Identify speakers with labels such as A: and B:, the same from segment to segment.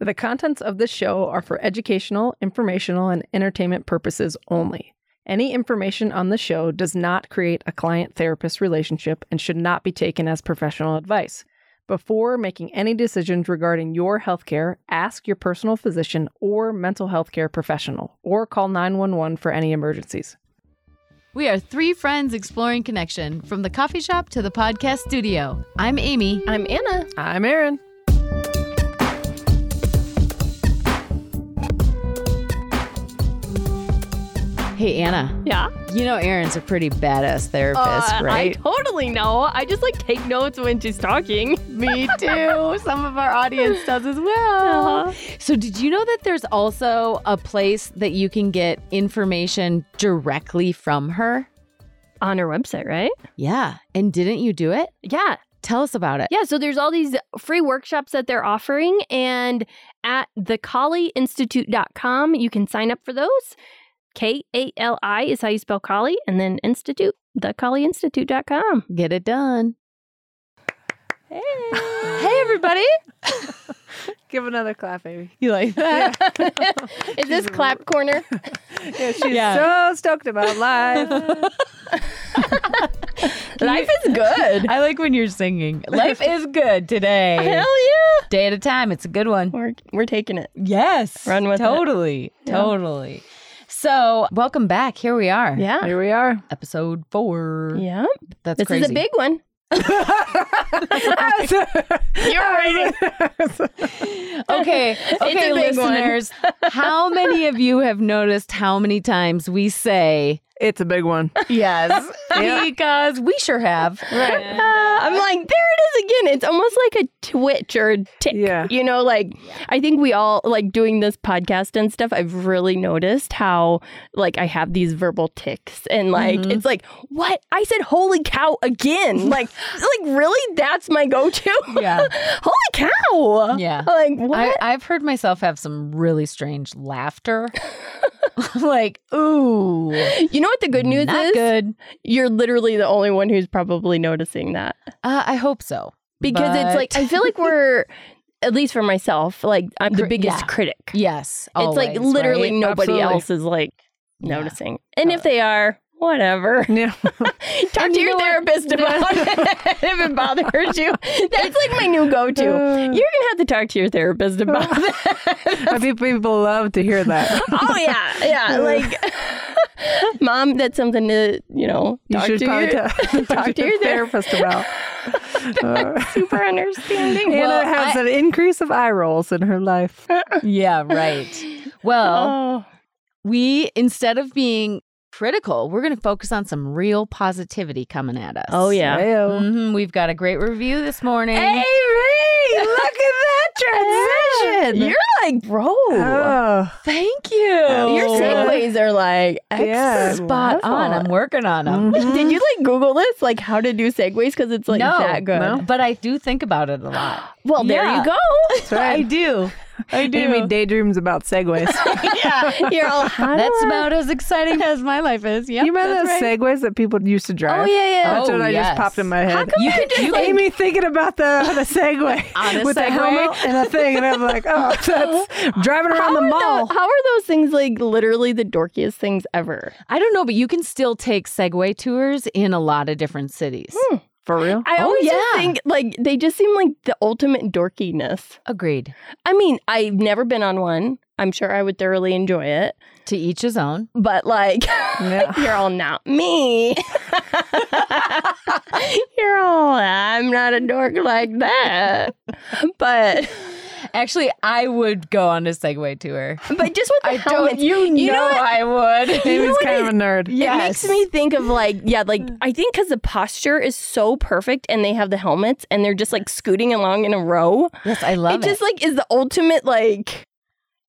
A: The contents of this show are for educational, informational, and entertainment purposes only. Any information on the show does not create a client therapist relationship and should not be taken as professional advice. Before making any decisions regarding your healthcare, ask your personal physician or mental health care professional, or call 911 for any emergencies.
B: We are three friends exploring connection from the coffee shop to the podcast studio. I'm Amy.
C: I'm Anna.
A: I'm Aaron.
B: Hey, Anna.
C: Yeah.
B: You know, Aaron's a pretty badass therapist,
C: Uh, I
B: right?
C: totally know. I just like take notes when she's talking.
B: Me too. Some of our audience does as well.
C: Uh-huh.
B: So, did you know that there's also a place that you can get information directly from her?
C: On her website, right?
B: Yeah. And didn't you do it?
C: Yeah.
B: Tell us about it.
C: Yeah. So there's all these free workshops that they're offering. And at thecollieinstitute.com, you can sign up for those. K A L I is how you spell Collie, and then Institute, thecollieinstitute.com.
B: Get it done.
C: Hey.
B: Hey, everybody.
A: Give another clap, baby.
B: You like that?
C: is this clap corner?
A: Yeah, she's
B: Yeah.
A: so stoked about life.
B: Life is good. I like when you're singing. Life is good today.
C: yeah.
B: Day at a time. It's a good one.
C: We're, we're taking it.
B: Yes.
C: Run with it.
B: totally, Totally. So, welcome back. Here we are.
C: Yeah.
A: Here we are.
B: Episode four.
C: Yeah.
B: That's
C: This
B: crazy.
C: is a big one.
A: You're right.
B: Okay. Okay,
C: a big one.
B: listeners. how many of you have noticed how many times we say
A: it's a big one.
B: yes? because we sure have.
C: Uh, I'm like, there it is again. It's almost like a twitch or a tick.
A: Yeah.
C: You know, like I think we all like doing this podcast and stuff. I've really noticed how like I have these verbal ticks and like
B: Mm-hmm.
C: it's like what I said. Holy cow again! like, like really? That's my go-to.
B: Yeah.
C: holy cow.
B: Yeah.
C: Like what?
B: I, I've heard myself have some really strange laughter. like, ooh.
C: you know what the good news
B: Not
C: is?
B: good.
C: You're literally the only one who's probably noticing that.
B: Uh, I hope so.
C: because it's like
B: But-
C: I feel like we're at least for myself like I'm the
B: Cri-
C: biggest
B: yeah.
C: critic.
B: yes.
C: it's like
B: always,
C: literally
B: right?
C: nobody
A: Absolutely.
C: else is like
B: Yeah.
C: noticing, and if they are, whatever.
A: Yeah.
C: Talk
B: And
C: to
B: you
C: your
B: know what?
C: therapist about it if it bothers you. That's like my new go-to. You're gonna have to talk to your therapist about it.
A: I think people love to hear that.
C: Oh yeah, yeah. Like, mom, that's something to you know
A: You
C: talk
A: should
C: to
A: probably
C: your
A: ta-
C: talk to your
A: therapist about. Uh,
C: super understanding.
A: Anna
B: Well,
A: has an increase of eye rolls in her life.
B: Yeah, right. Well,
C: oh,
B: we instead of being critical, we're going to focus on some real positivity coming at us.
C: oh yeah.
A: Ayo.
B: hmm We've got a great review this morning.
C: Avery,
A: Look at that transition.
C: You're like, bro.
A: Oh,
B: Thank you.
C: Your
A: Oh.
C: segues are like extra
A: Yeah.
C: spot on.
B: I'm working on them.
C: Did you like Google this? Like, how to do segues? Because it's like
B: no,
C: that good.
A: no.
B: but I do think about it a lot.
C: Well, there
B: Yeah.
C: you go.
A: that's right.
B: I do. I do.
A: Amy daydreams about segues.
C: yeah, you're all. How do
B: That's
C: I-
B: about as exciting as my life is. Yeah.
A: you remember those segways that people used to drive?
C: Oh yeah, yeah.
A: That's
B: Oh,
A: what I
B: yes.
A: just popped in my head.
B: You could just like-
A: Amy thinking about the the Segway
B: On a
A: with
B: Segway?
A: the helmet and a thing, and I'm like, oh, that's driving around the
C: are
A: mall.
C: tho- how are those things like literally the dorkiest things ever?
B: I don't know, but you can still take Segway tours in a lot of different cities.
A: For real?
C: I
B: Oh,
C: always just
B: yeah.
C: think like they just seem like the ultimate dorkiness.
B: Agreed.
C: I mean, I've never been on one. I'm sure I would thoroughly enjoy it,
B: To each his own.
C: but like.
A: Yeah.
C: You're all not me. You're all, I'm not a dork like that. But
B: Actually, I would go on a Segway tour.
C: but just with the
B: I don't.
C: helmets,
B: You,
C: you
B: know,
C: know what?
B: I would.
A: Amy's kind of a nerd.
C: It makes me think of like, yeah, like I think because the posture is so perfect and they have the helmets and they're just like scooting along in a row.
B: Yes, I love
C: it just like is the ultimate like,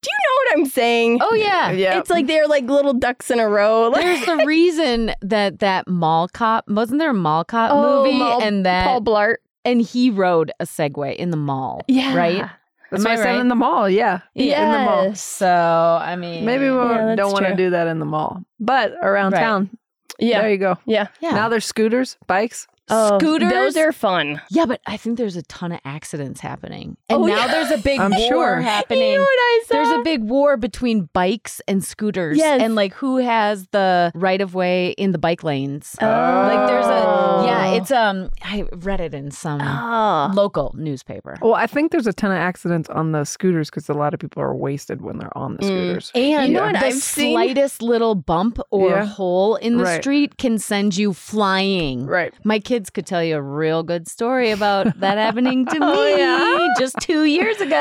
C: do you know what I'm saying?
B: oh yeah.
A: Yeah.
C: It's like they're like little ducks in a row. Like,
B: There's the reason that that mall cop wasn't there a mall cop
C: oh,
B: movie
C: Mal-
B: and that
C: Paul Blart.
B: and he rode a Segway in the mall.
C: Yeah.
B: Right.
A: That's
B: Am
A: why I
B: I
A: said
B: right?
A: in the mall. Yeah. In the mall.
C: Yes.
B: So I mean,
A: Maybe we
C: Yeah, that's
A: don't want to
C: true.
A: do that in the mall, but around
B: Right.
A: town.
C: Yeah.
A: There you go.
C: Yeah.
B: yeah.
A: Now there's scooters, bikes.
B: Scooters.
C: Those are fun.
B: Yeah, but I think there's a ton of accidents happening. And
C: Oh,
B: now
C: yeah.
B: there's a big
A: I'm
B: war
A: sure.
B: happening.
C: You know what I saw?
B: There's a big war between bikes and scooters.
C: Yes.
B: And like who has the right of way in the bike lanes. Like there's a
C: Oh.
B: yeah, it's um I read it in some
C: Ah.
B: local newspaper.
A: Well, I think there's a ton of accidents on the scooters because a lot of people are wasted when they're on the
C: Mm.
A: scooters.
B: And
C: You know what
B: the
C: I've seen?
B: slightest little bump or
A: Yeah.
B: hole in the
A: Right.
B: street can send you flying.
A: Right.
B: My kids could tell you a real good story about that happening to me just two years ago.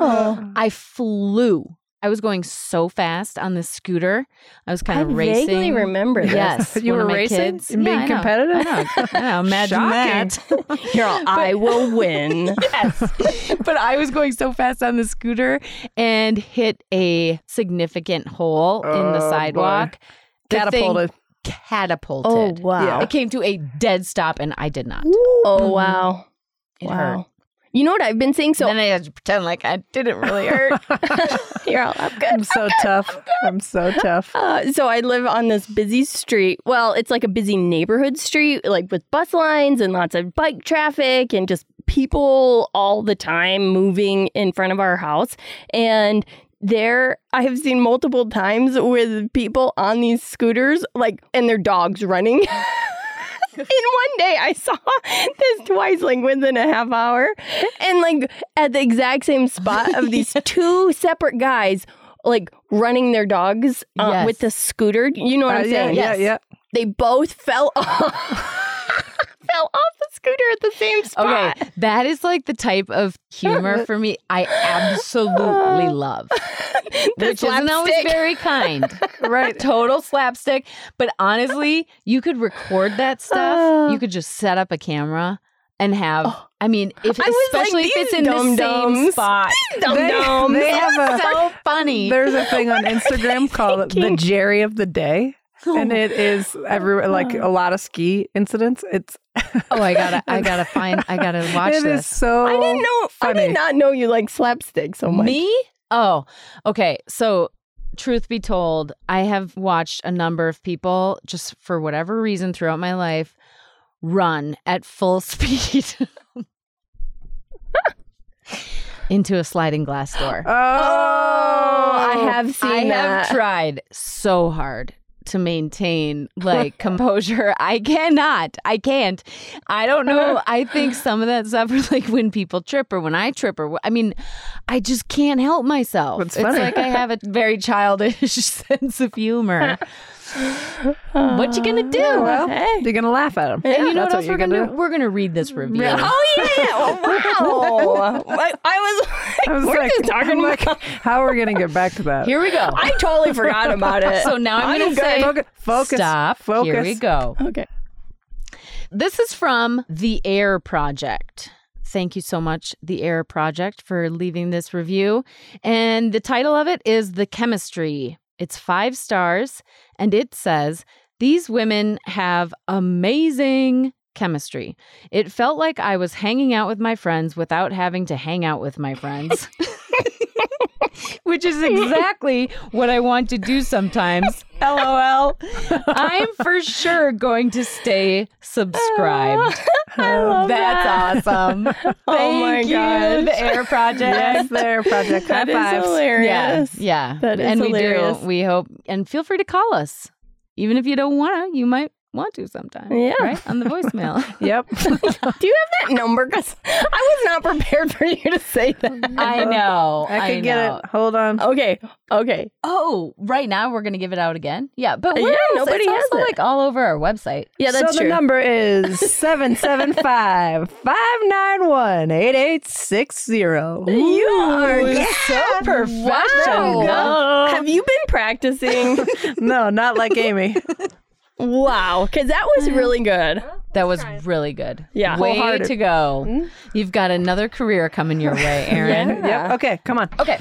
C: Oh.
B: I flew. I was going so fast on this scooter. I was kind
C: I
B: of racing.
C: vaguely remember this.
B: Yes,
A: You
B: one of
A: were
B: my
A: racing
B: kids.
A: and being
B: I know.
A: competitive?
B: I know. I know. Imagine
A: Shocking.
B: that.
C: You're all, I will win.
B: yes. But I was going so fast on the scooter and hit a significant hole in
A: Oh,
B: the
A: boy.
B: sidewalk. The thing
A: Catapulted.
C: oh
B: catapulted.
C: wow.
B: It came to a dead stop and I did not.
C: Oh wow.
B: It
C: wow.
B: hurt.
C: You know what I've been seeing? So
B: then I had to pretend like I didn't really hurt.
C: you're all, I'm good.
A: I'm so tough. I'm so tough.
C: Uh, so I live on this busy street. Well, it's like a busy neighborhood street, like with bus lines and lots of bike traffic and just people all the time moving in front of our house. And there, I have seen multiple times with people on these scooters, like, and their dogs running. In one day, I saw this twice, like within a half hour, and like at the exact same spot of these two separate guys, like running their dogs uh,
B: Yes.
C: with the scooter. You know what
A: Uh,
C: I'm
A: yeah,
C: saying?
A: yeah,
B: Yes.
A: yeah.
C: They both fell off, fell off the scooter at the same spot.
B: Okay, that is like the type of humor for me I absolutely love,
C: The
B: which isn't always
C: slapstick.
B: very kind.
A: Right.
B: Total slapstick. But honestly, you could record that stuff.
C: Uh. Oh.
B: You could just set up a camera and have. I mean, if
C: I was like,
B: especially if
C: "These
B: it's in the same
C: dum-dums."
B: spot,
C: Dum dum.
A: they have a
B: so funny.
A: There's a thing on Instagram called the Jerry of the Day. And
C: Oh.
A: it is every like a lot of ski incidents. It's
B: Oh, I gotta, I gotta find, I gotta watch
A: it is
B: this.
A: so
C: I didn't know. I
A: funny.
C: did not know you like slapstick so much.
B: Me? Oh, okay. So, truth be told, I have watched a number of people just for whatever reason throughout my life run at full speed into a sliding glass door.
A: Oh,
C: Oh, I have seen
B: I
C: that.
B: have tried so hard to maintain like composure. I cannot. I can't. I don't know. I think some of that stuff is like when people trip or when I trip or wh- I mean, I just can't help myself.
A: That's
B: it's
A: funny.
B: like I have a very childish sense of humor. what you gonna do?
A: Uh, Yeah, well,
C: Hey.
A: you're gonna laugh at him.
B: and you know what else we're gonna
A: do?
B: do? We're gonna read this review.
C: Oh yeah! Oh, wow. I, I was. Like,
A: I was
C: we're
A: like,
C: just talking
A: I'm like,
C: about.
A: how are we gonna get back to that?
B: Here we go.
C: I totally forgot about it.
B: so now I'm, gonna
A: Focus,
B: say
A: focus, focus,
B: stop.
A: Focus.
B: Here we go.
C: okay.
B: This is from The Air Project. Thank you so much, The Air Project, for leaving this review. And the title of it is The Chemistry. It's five stars, and it says, These women have amazing chemistry. It felt like I was hanging out with my friends without having to hang out with my friends. Which is exactly what I want to do sometimes. LOL. I'm for sure going to stay subscribed.
C: I
A: Um,
B: Oh,
C: love
B: That's awesome. Thank
C: Oh my
B: you,
C: gosh.
B: the Air Project.
A: Yes, there, Project High
C: That is
A: Fives.
B: Yeah,
C: hilarious.
B: yeah.
C: That is
B: and
C: hilarious.
B: we do. We hope, and feel free to call us, even if you don't want to. You might want to sometime.
C: Yeah.
B: right on the voicemail.
A: Yep.
C: Do you have that number? Because I was not prepared for you to say that.
B: I know.
A: I
B: know.
A: could get it. Hold on.
C: Okay. Okay.
B: Oh, right now we're gonna give it out again. Yeah, but
C: Yeah,
B: where else?
C: nobody
B: it's
C: has
B: also,
C: it.
B: like all over our website.
C: Yeah, that's
A: so
C: true.
A: the number is 775 591 8860.
C: you are
B: so professional.
C: Wow. Have you been practicing?
A: No, not like Amy.
C: wow, because that was really good.
B: That was really good.
C: Yeah.
B: way
A: Wholehearted.
B: to go. You've got another career coming your way, Aaron.
A: Yep. Okay, come on.
B: Okay.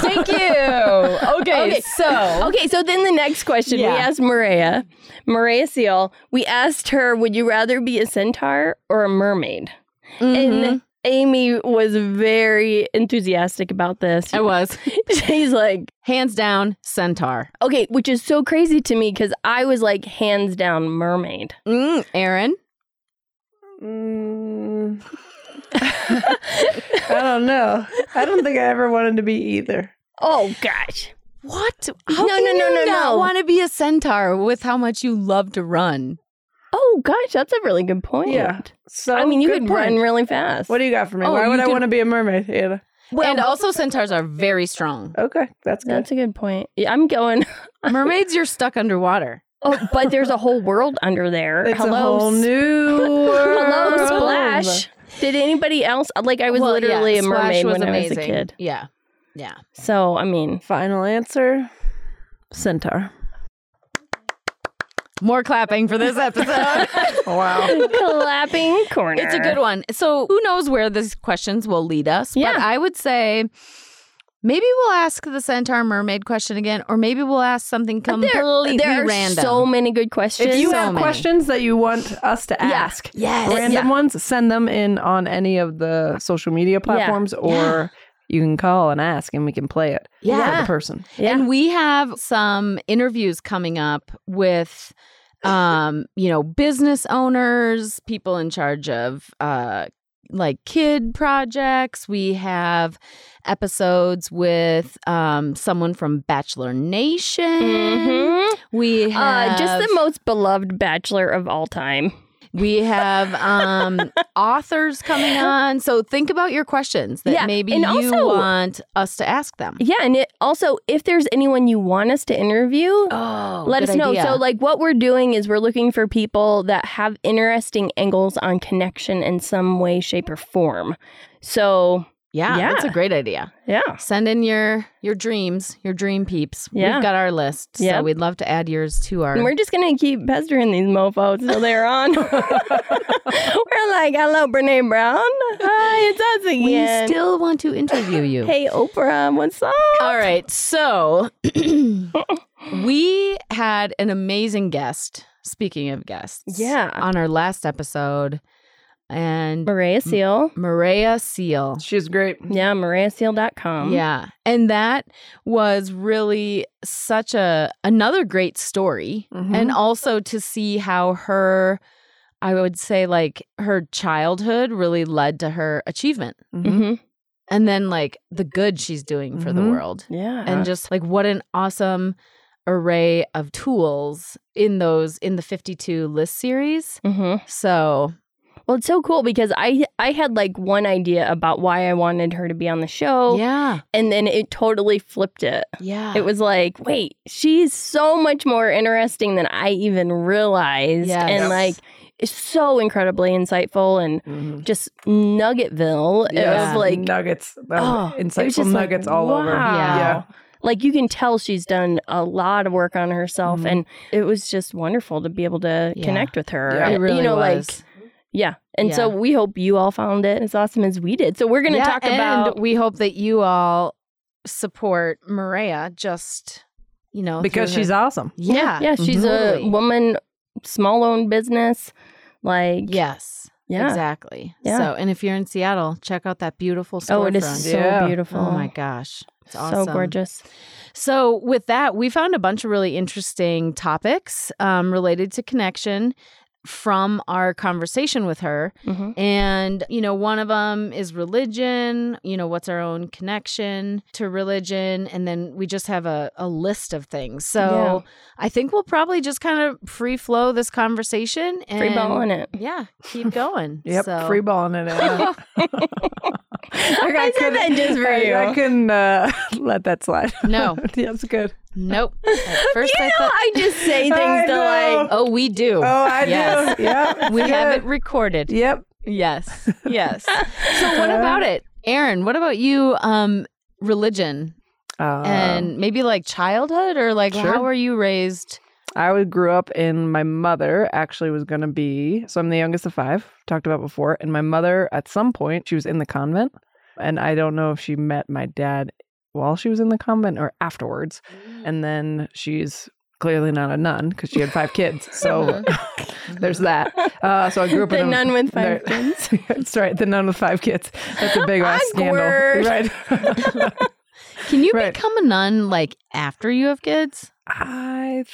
B: Thank you. Okay,
C: Okay.
B: so
C: Okay, so then the next question
B: Yeah.
C: we asked Maria, Maria Seal, we asked her, would you rather be a centaur or a mermaid? And Amy was very enthusiastic about this.
B: I was
C: She's like,
B: hands down centaur.
C: okay, which is so crazy to me because I was like, hands down, mermaid.
B: Mm, Aaron,
C: Oh.
A: Mm, I don't know. I don't think I ever wanted to be either.
C: Oh gosh.
B: What?
C: No, no, no, no, no.
B: want to be a centaur with how much you love to run?
C: Oh gosh, that's a really good point.
A: Yeah. So
C: I mean, you
A: good
C: could
A: point.
C: run really fast.
A: What do you got for me?
B: Oh,
A: Why
B: you
A: would I
B: can-
A: want to be a mermaid, Anna?
B: and also, centaurs are very strong.
A: Okay, that's good.
C: that's a good point. Yeah, I'm going.
B: Mermaids, you're stuck underwater.
C: Oh, but there's a whole world under there.
A: it's
C: Hello,
A: a whole
C: s-
A: new
C: Hello,
A: world.
C: Splash. Did anybody else? Like, I was
B: Well,
C: literally
B: yeah,
C: a
B: Splash
C: mermaid
B: was
C: when I was
B: amazing.
C: a kid.
B: Yeah. Yeah.
C: So, I mean,
A: Final answer. Centaur.
B: More clapping for this episode.
A: Wow.
C: clapping corner.
B: it's a good one. So, who knows where these questions will lead us? But
C: Yeah.
B: I would say maybe we'll ask the centaur mermaid question again, or maybe we'll ask something completely
C: There are
B: random.
C: so many good questions.
A: If you
B: So
A: have
B: many.
A: questions that you want us to
C: Yeah.
A: ask,
B: yes.
A: random ones, send them in on any of the social media platforms or you can call and ask and we can play it
B: Yeah.
A: for
B: Yeah.
A: the person.
C: Yeah.
B: And we have some interviews coming up with um, you know, business owners, people in charge of uh like kid projects. We have episodes with um someone from Bachelor Nation.
C: Mhm.
B: We have
C: Uh, just the most beloved bachelor of all time.
B: we have um authors coming on. So think about your questions that
C: Yeah,
B: maybe
C: and
B: you
C: also-
B: want us to ask them.
C: Yeah, and it, also, if there's anyone you want us to interview,
B: Oh,
C: let us
B: good
C: know.
B: idea.
C: So, like, what we're doing is we're looking for people that have interesting angles on connection in some way, shape, or form. So,
B: yeah,
C: Yeah.
B: that's a great idea.
C: yeah.
B: Send in your your dreams, your dream peeps.
C: Yeah.
B: We've got our list, so
C: Yep.
B: we'd love to add yours to our.
C: And we're just going to keep pestering these mofos till they're on. we're like, hello, Brene Brown. Hi, it's us
B: We
C: again.
B: still want to interview you.
C: hey, Oprah, what's up?
B: All right, so we had an amazing guest. Speaking of guests,
C: Yeah.
B: on our last episode, and
C: Maria Seal.
B: Maria Seal.
A: She's great.
C: Mm. Yeah, mariaseal.com.
B: Yeah. And that was really such a another great story.
A: Mhm.
B: And also to see how her I would say like her childhood really led to her achievement.
A: Mhm.
C: hmm
B: And then like the good she's doing for the
A: Mhm.
B: world.
C: Yeah.
B: And just like what an awesome array of tools in those in the 52 list series.
C: hmm
B: So,
C: Well, it's so cool because I I had like one idea about why I wanted her to be on the show,
B: yeah.
C: and then it totally flipped it.
B: Yeah.
C: It was like, wait, she's so much more interesting than I even realized,
B: Yes.
C: and like, it's so incredibly insightful and
A: Mhm.
C: just nuggetville
A: Yes.
C: of like,
A: nuggets, um,
C: Oh, it was
A: insightful
C: just like,
A: nuggets all over.
C: wow.
A: Yeah.
C: like you can tell she's done a lot of work on herself,
A: Mhm.
C: and it was just wonderful to be able to
B: Mm-hmm. Yeah.
C: connect with her.
A: Yeah.
B: it really
C: you know,
B: was.
C: like Yeah. And so
B: Yeah.
C: we hope you all found it as awesome as we did. So we're going to
B: Yeah,
C: talk
B: and
C: about.
B: we hope that you all support Maria just you know
A: Because
B: through her-
A: she's awesome.
B: yeah,
C: Yeah. She's
B: Totally.
C: a woman, small owned business. Like,
B: yes
C: yeah.
B: exactly
C: Yeah.
B: so and if you're in Seattle check out that beautiful storefront
C: Oh, it is so
A: Yeah.
C: beautiful.
B: oh my gosh it's awesome
C: So gorgeous.
B: So, with that, we found a bunch of really interesting topics um, related to connection from our conversation with her.
C: Mhm.
B: And, you know, one of them is religion, you know, what's our own connection to religion. And then we just have a, a list of things. So, I think we'll probably just kind of free flow this conversation and
C: Free balling it.
B: Yeah, keep going.
A: Yep,
B: So-
A: free balling it. Anna.
C: I said
A: couldn't-
C: that just for
A: I,
C: you.
A: I couldn't uh, let that slide.
B: No,
A: That's good.
B: nope. At first,
C: you
B: I
C: know,
B: thought,
C: I just say things
A: I
C: to like.
B: oh, we do.
A: Oh, I
B: Yes.
A: do. Yep.
B: we have
A: good.
B: it recorded.
A: Yep.
B: Yes. Yes. so what about it? Aaron, what about you um religion
A: Um,
B: and maybe like childhood or like
A: Sure.
B: how were you raised?
A: I would- grew up in my mother actually was going to be so I'm the youngest of five talked about before and my mother at some point she was in the convent and I don't know if she met my dad while she was in the convent or afterwards
C: Mm.
A: and then she's clearly not a nun because she had five kids so there's that uh, so I grew up
C: Mm-hmm. The
A: in a,
C: nun with five
A: there- that's right the nun with five kids that's a big ass scandal
C: Awkward.
A: right
B: Can you
A: Right.
B: become a nun like after you have kids?
A: I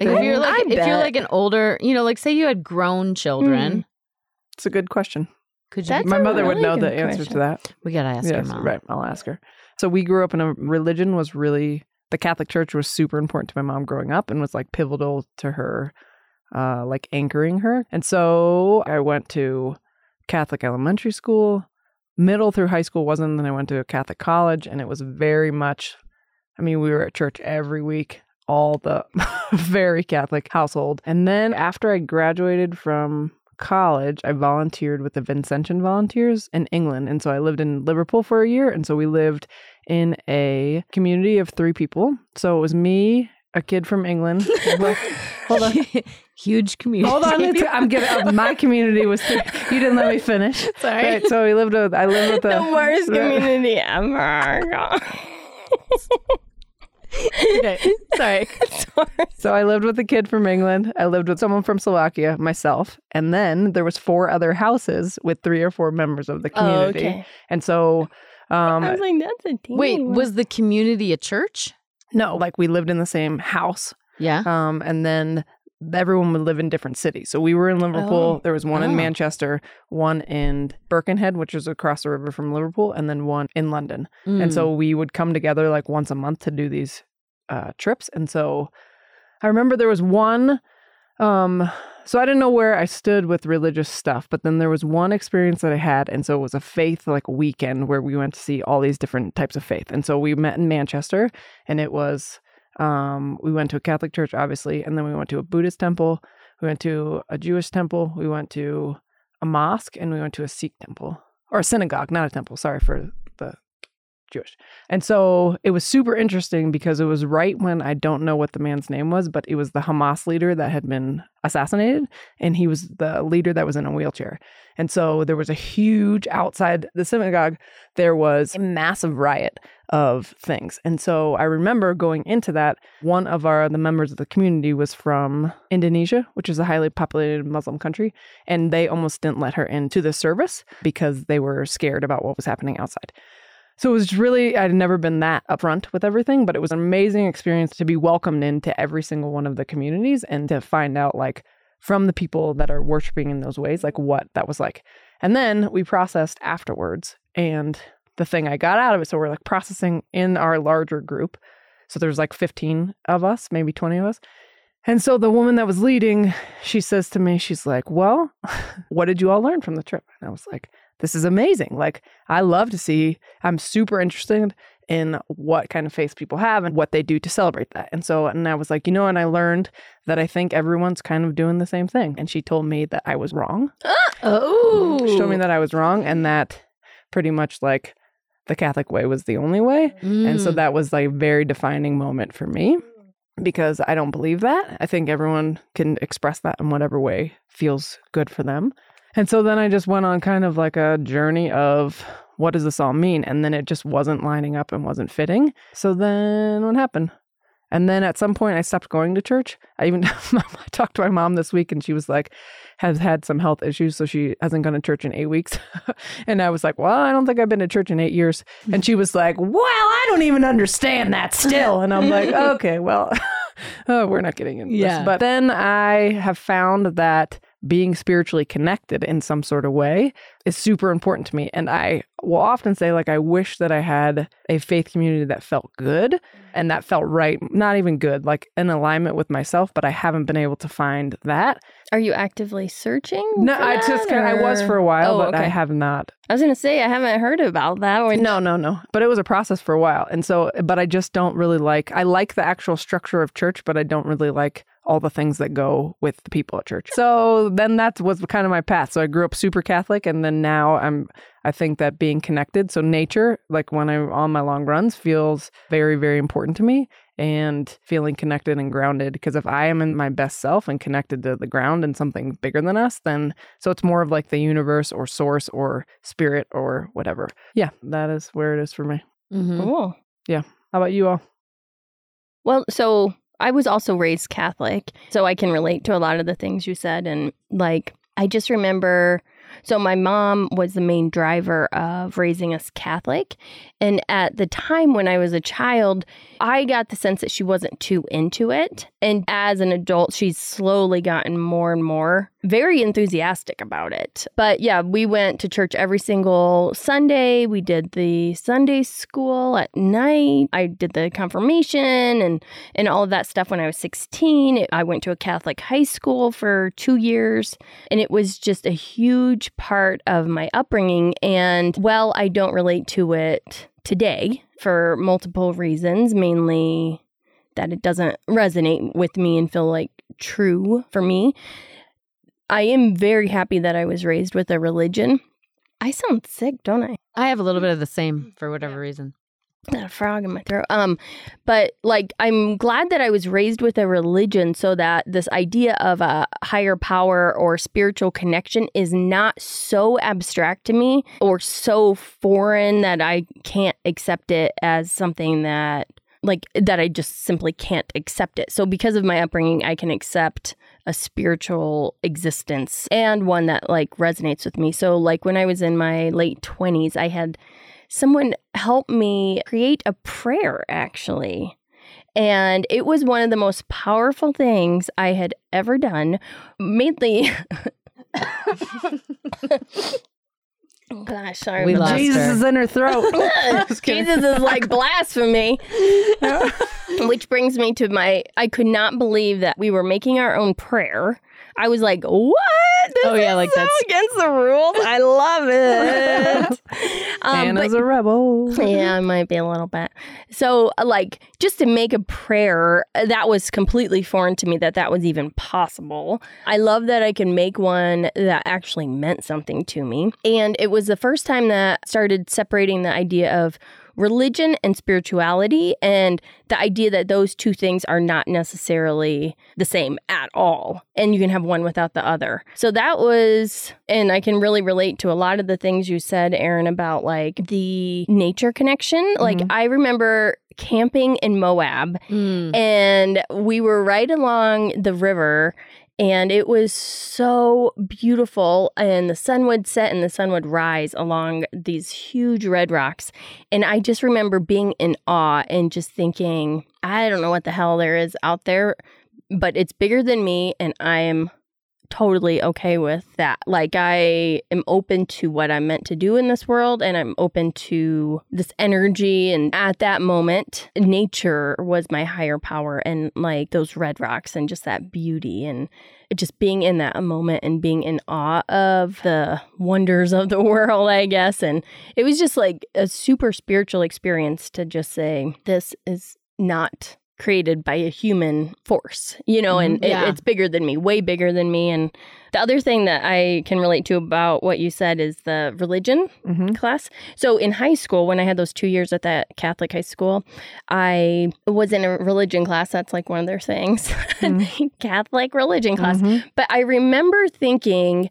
B: Like, if you're
C: I
B: like if you're
C: bet.
A: Mm.
B: like an older, you know, like say you had grown children,
A: It's a good question.
B: Could you?
C: That's
A: My
C: a
A: mother would
C: really
A: know the
C: good
A: answer to
C: question.
A: that.
B: we gotta ask your
A: yes,
B: mom.
A: right. I'll ask her. So we grew up in a religion was really the Catholic Church was super important to my mom growing up and was like pivotal to her, uh, like anchoring her. And so I went to Catholic elementary school, middle through high school wasn't. Then I went to a Catholic college, and it was very much. I mean, we were at church every week. All the very Catholic household. And then after I graduated from college, I volunteered with the Vincentian Volunteers in England. And so I lived in Liverpool for a year. And so we lived in a community of three people. So it was me, a kid from England. Well, hold on.
B: Huge community.
A: Hold on. It's- I'm getting my community was three. You didn't let me finish.
C: Sorry.
A: Right, so we lived with I lived with the,
C: the worst community ever. Oh,
B: Sorry.
A: So I lived with a kid from England. I lived with someone from Slovakia, myself, and then there was four other houses with three or four members of the
C: oh,
A: community.
C: okay.
A: And so, um,
C: I was like, that's a team.
B: Wait, was the community a church?
A: no, like we lived in the same house,
B: Yeah.
A: um, and then everyone would live in different cities. So we were in Liverpool.
C: Oh.
A: There was one in
B: Oh.
A: Manchester, one in Birkenhead, which is across the river from Liverpool, and then one in London. And
B: Mm.
A: so we would come together like once a month to do these uh, trips. And so I remember there was one. Um, so I didn't know where I stood with religious stuff, but then there was one experience that I had, and so it was a faith like weekend where we went to see all these different types of faith. And so we met in Manchester, and it was um, we went to a Catholic church, obviously, and then we went to a Buddhist temple, we went to a Jewish temple, we went to a mosque, and we went to a Sikh temple or a synagogue, not a temple. Sorry for the Jewish. And so it was super interesting because it was right when I don't know what the man's name was, but it was the Hamas leader that had been assassinated, and he was the leader that was in a wheelchair. And so there was a huge outside the synagogue, there was a massive riot of things. And so I remember going into that, one of our the members of the community was from Indonesia, which is a highly populated Muslim country, and they almost didn't let her into the service because they were scared about what was happening outside. So it was really I'd never been that upfront with everything, but it was an amazing experience to be welcomed into every single one of the communities and to find out like from the people that are worshiping in those ways, like what that was like. And then we processed afterwards and the thing I got out of it. So we're like processing in our larger group. So there's like 15 of us, maybe 20 of us. And so the woman that was leading, she says to me, she's like, Well, what did you all learn from the trip? And I was like, This is amazing. Like, I love to see, I'm super interested in what kind of faith people have and what they do to celebrate that. And so, and I was like, You know, and I learned that I think everyone's kind of doing the same thing. And she told me that I was wrong.
B: oh,
A: She told me that I was wrong and that pretty much like the Catholic way was the only way. And so
B: Mm.
A: that was like a very defining moment for me because I don't believe that. I think everyone can express that in whatever way feels good for them. And so then I just went on kind of like a journey of what does this all mean? And then it just wasn't lining up and wasn't fitting. So then what happened? And then at some point, I stopped going to church. I even I talked to my mom this week, and she was like, has had some health issues, so she hasn't gone to church in eight weeks. and I was like, well, I don't think I've been to church in eight years. And she was like, well, I don't even understand that still. And I'm like, okay, well, oh, we're not getting into
B: Yeah.
A: this. But then I have found that being spiritually connected in some sort of way is super important to me. And I will often say, like, I wish that I had a faith community that felt good and that felt right, not even good, like in alignment with myself, but I haven't been able to find that.
C: Are you actively searching?
A: No,
C: for
A: I just
C: that,
A: kind of, I was
C: or-
A: for a while,
C: Oh,
A: but I
C: okay.
A: have not.
C: I was gonna say I haven't heard about that. Or
A: No, no, no. But it was a process for a while. And so, but I just don't really like, I like the actual structure of church, but I don't really like all the things that go with the people at church. So then that was kind of my path. So I grew up super Catholic and then now I'm, I think that being connected, so nature, like when I'm on my long runs, feels very, very important to me and feeling connected and grounded. Because if I am in my best self and connected to the ground and something bigger than us, then so it's more of like the universe or source or spirit or whatever. Yeah, that is where it is for me.
B: Mhm.
C: Cool.
A: How about you all?
C: Well, so I was also raised Catholic, so I can relate to a lot of the things you said. And like, I just remember, so my mom was the main driver of raising us Catholic. And at the time when I was a child, I got the sense that she wasn't too into it. And as an adult, she's slowly gotten more and more very enthusiastic about it. But yeah, we went to church every single Sunday. We did the Sunday school at night. I did the confirmation and and all of that stuff when I was 16. I went to a Catholic high school for 2 years and it was just a huge part of my upbringing and well, I don't relate to it today for multiple reasons, mainly that it doesn't resonate with me and feel like true for me. I am very happy that I was raised with a religion. I sound sick, don't I?
B: I have a little bit of the
A: Mm-hmm.
B: same for whatever reason.
C: Got a frog in my throat. Um, but like I'm glad that I was raised with a religion so that this idea of a higher power or spiritual connection is not so abstract to me or so foreign that I can't accept it as something that like that I just simply can't accept it. So because of my upbringing, I can accept a spiritual existence and one that like resonates with me. So like when I was in my late 20s, I had someone help me create a prayer actually. And it was one of the most powerful things I had ever done, mainly Gosh, sorry.
B: We
C: about
B: lost
C: that.
A: Jesus
B: her.
A: is in her throat. Just kidding.
C: Jesus is like blasphemy.
B: Um,
C: Which brings me to my I could not believe that we were making our own prayer. I was like, what? This
B: Oh, yeah,
C: is
B: like
C: so
B: that's-
C: against the rules. I love it. um, but
A: Anna's a rebel.
C: yeah, I might be a little bit. So, uh, like, just to make a prayer, uh, that was completely foreign to me that that was even possible. I love that I can make one that actually meant something to me. And it was the first time that I started separating the idea of religion and spirituality and the idea that those two things are not necessarily the same at all and you can have one without the other so that was and i can really relate to a lot of the things you said aaron about like the nature connection like
A: Mhm.
C: i remember camping in moab
B: Mm.
C: and we were right along the river and it was so beautiful and the sun would set and the sun would rise along these huge red rocks and i just remember being in awe and just thinking i don't know what the hell there is out there but it's bigger than me and i am totally okay with that like i am open to what i'm meant to do in this world and i'm open to this energy and at that moment nature was my higher power and like those red rocks and just that beauty and just being in that moment and being in awe of the wonders of the world i guess and it was just like a super spiritual experience to just say this is not created by a human force you know and
B: Mhm. Yeah.
C: it, it's bigger than me way bigger than me and the other thing that i can relate to about what you said is the religion
A: hmm
C: class so in high school when i had those two years at that catholic high school i was in a religion class that's like one of their things catholic religion class
A: Mm-hmm.
C: but I remember thinking,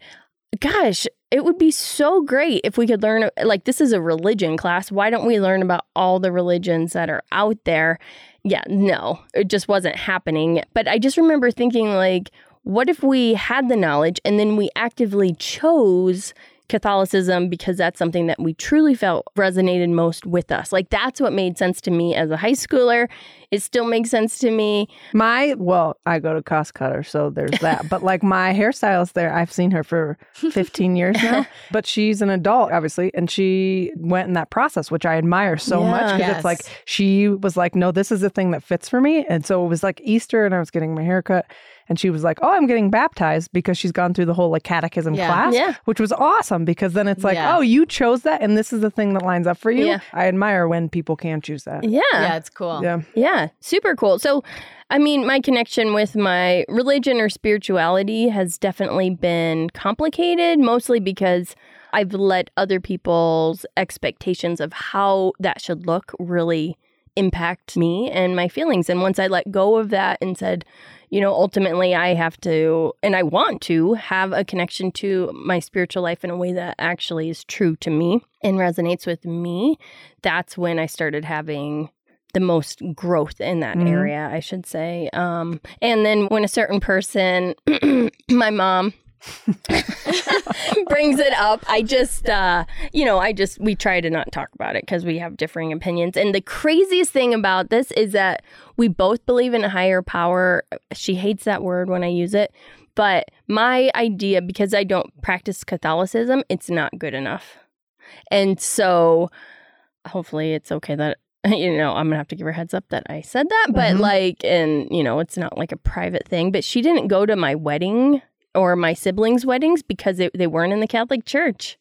C: gosh, it would be so great if we could learn, like, this is a religion class. Why don't we learn about all the religions that are out there? Yeah, no, it just wasn't happening. But I just remember thinking, like, what if we had the knowledge and then we actively chose Catholicism because that's something that we truly felt resonated most with us? Like, that's what made sense to me as a high schooler. It still makes sense to me.
A: My well, I go to Cost Cutter, so there's that. But like my hairstylist there, I've seen her for 15 years now. But she's an adult, obviously, and she went in that process, which I admire so much because
B: Yes.
A: it's like she was like, "No, this is the thing that fits for me." And so it was like Easter, and I was getting my haircut, and she was like, "Oh, I'm getting baptized because she's gone through the whole like catechism
B: Yeah.
A: class."
C: Yeah.
A: Which was awesome because then it's like,
B: Yeah.
A: "Oh, you chose that, and this is the thing that lines up for you."
C: Yeah.
A: I admire when people can choose that.
B: Yeah, it's cool.
A: Yeah.
C: Yeah, super cool. So, I mean, my connection with my religion or spirituality has definitely been complicated, mostly because I've let other people's expectations of how that should look really impact me and my feelings. And once I let go of that and said, you know, ultimately I have to and I want to have a connection to my spiritual life in a way that actually is true to me and resonates with me, that's when I started having the most growth in that
A: Mhm.
C: area, I should say. Um, and then when a certain person, my mom, brings it up. I just, uh, you know, I just, we try to not talk about it because we have differing opinions. And the craziest thing about this is that we both believe in a higher power. She hates that word when I use it. But my idea, because I don't practice Catholicism, it's not good enough. And so hopefully it's okay that you know, I'm gonna have to give her heads up that I said that, but
A: Mhm.
C: like, and you know, it's not like a private thing, but she didn't go to my wedding or my siblings' weddings because they, they weren't in the Catholic Church.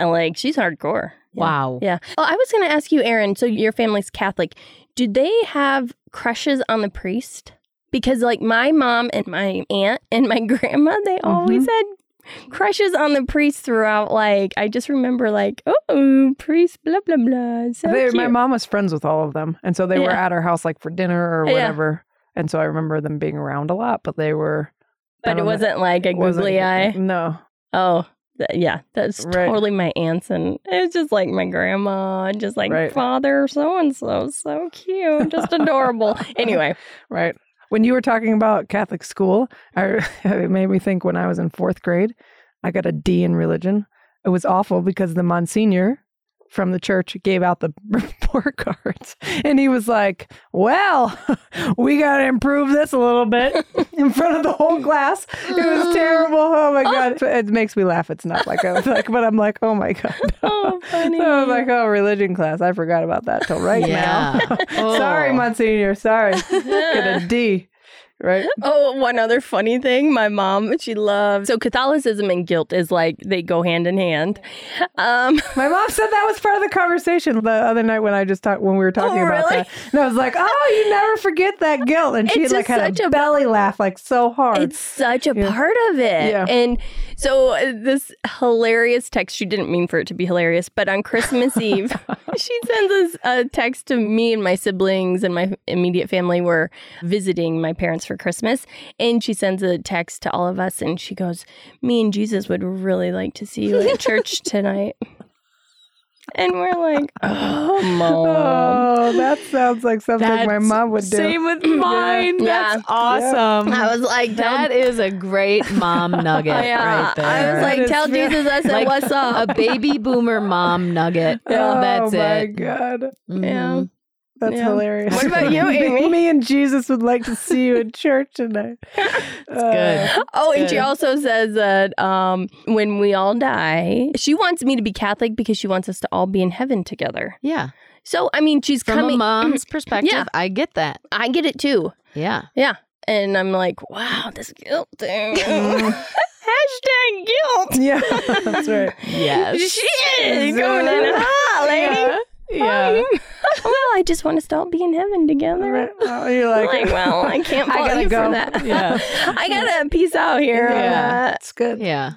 C: And like, she's hardcore.
B: Wow.
C: Yeah. Oh, I was gonna ask you, Aaron. So your family's Catholic. Do they have crushes on the priest? Because like my mom and my aunt and my grandma, they always had
A: Mm-hmm.
C: crushes on the priest throughout. Like I just remember, like oh, priest, blah blah blah. So
A: They-
C: cute.
A: my mom was friends with all of them, and so they were
C: Yeah.
A: at our house like for dinner or
C: Yeah.
A: whatever. And so I remember them being around a lot, but they were. I
C: but it
A: don't know.
C: wasn't like a
A: wasn't-
C: googly eye.
A: No,
C: Oh. th- Yeah, that's
A: Right.
C: totally my aunts, and it was just like my grandma, and just like
A: Right.
C: father so and so, so cute, just adorable. anyway,
A: Right. When you were talking about Catholic school, I, it made me think when I was in fourth grade, I got a D in religion. It was awful because the Monsignor from the church gave out the report cards and he was like, Well, we got to improve this a little bit in front of the whole class. It was terrible. Oh my God. It makes me laugh. It's not like I was like, but I'm like, Oh my God.
C: oh, funny.
A: I was like, Oh, religion class. I forgot about that till right
B: Yeah. Oh.
A: now. sorry, Monsignor. Sorry. Get a D. Right?
C: Oh, one other funny thing. My mom, she loves so Catholicism and guilt is like they go hand in hand. Um,
A: My mom said that was part of the conversation the other night when I just talked when we were talking
C: Oh,
A: about
C: really?
A: that. And I was like, "Oh, you never forget that guilt." And she
C: It's
A: like
C: just
A: had
C: such
A: a,
C: a-
A: belly laugh like so hard.
C: it's such a
A: Yeah.
C: part of it.
A: Yeah.
C: And so uh, this hilarious text, she didn't mean for it to be hilarious, but on Christmas Eve, she sends us a text to me and my siblings and my immediate family were visiting my parents for Christmas. And she sends a text to all of us and she goes, Me and Jesus would really like to see you at church tonight. And we're like, oh, mom.
A: oh, that sounds like something my
B: That's
A: mom would do.
B: Same with mine.
C: Yeah.
B: That's awesome.
C: I was like,
B: That is a great mom nugget right there.
C: I was
A: That
C: like,
A: is
C: tell
A: real-
C: Jesus I said
B: Like,
C: what's
B: a
C: up.
B: baby boomer mom nugget.
A: oh
B: That's
A: my
B: it.
A: god,
C: Yeah.
B: Mhm.
A: that's
C: Yeah.
A: hilarious.
C: What about you, Amy?
A: me and Jesus would like to see you at church tonight. Uh, That's
B: Good.
C: Oh, and she
B: Good.
C: also says that um, when we all die, she wants me to be Catholic because she wants us to all be in heaven together.
B: Yeah.
C: So, I mean, she's
B: From a
C: coming.
B: mom's perspective,
C: Yeah.
B: I get that.
C: I get it too.
B: Yeah.
C: And I'm like, wow, this guilt thing. Hashtag guilt.
A: Yeah, that's right.
B: Yes.
C: Shit, going in hot, lady.
B: yeah.
C: well, I just want us to all be in heaven together.
A: Right. Oh, you're like,
C: Like, well, I can't
A: I
C: fault
A: gotta
C: you
A: go.
C: for that.
B: Yeah.
C: I gotta peace out here.
B: Yeah.
C: Yeah.
A: That's good.
B: Yeah.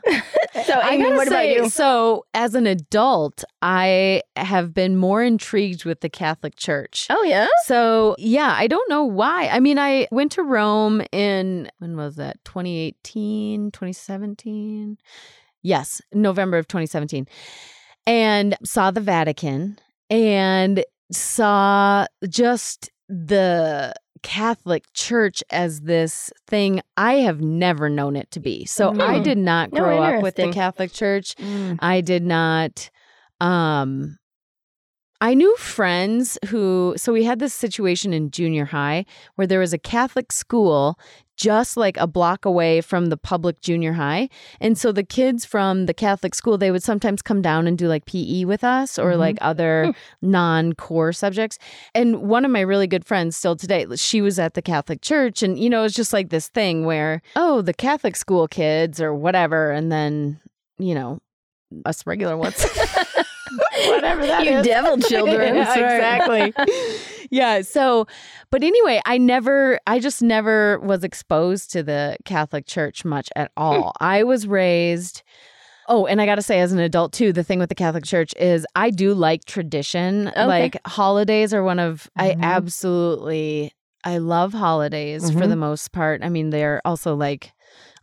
C: So, Amy,
B: gotta
C: what
B: say,
C: about you?
B: So, as an adult, I have been more intrigued with the Catholic Church.
C: Oh yeah.
B: So, yeah, I don't know why. I mean, I went to Rome in when was that? 2018, 2017. Yes, November of 2017. And saw the Vatican and saw just the Catholic Church as this thing I have never known it to be. So, I
C: Hmm.
B: did not
C: No,
B: grow up with the
C: interesting.
B: Catholic Church.
A: Mm.
B: I did not. Um, I knew friends who, so we had this situation in junior high where there was a Catholic school just like a block away from the public junior high. And so the kids from the Catholic school, they would sometimes come down and do like PE with us or
A: Mhm.
B: like other non core subjects. And one of my really good friends still today, she was at the Catholic church. And, you know, it's just like this thing where, oh, the Catholic school kids or whatever. And then, you know, us regular ones. Whatever that
C: you
B: is.
C: devil children.
B: Yeah, exactly. yeah. So, but anyway, I never, I just never was exposed to the Catholic Church much at all. I was raised. Oh, and I got to say, as an adult too, the thing with the Catholic Church is I do like tradition.
C: Okay.
B: Like holidays are one of I
A: Mhm.
B: absolutely I love holidays for
A: Mhm.
B: the most part. I mean, they're also like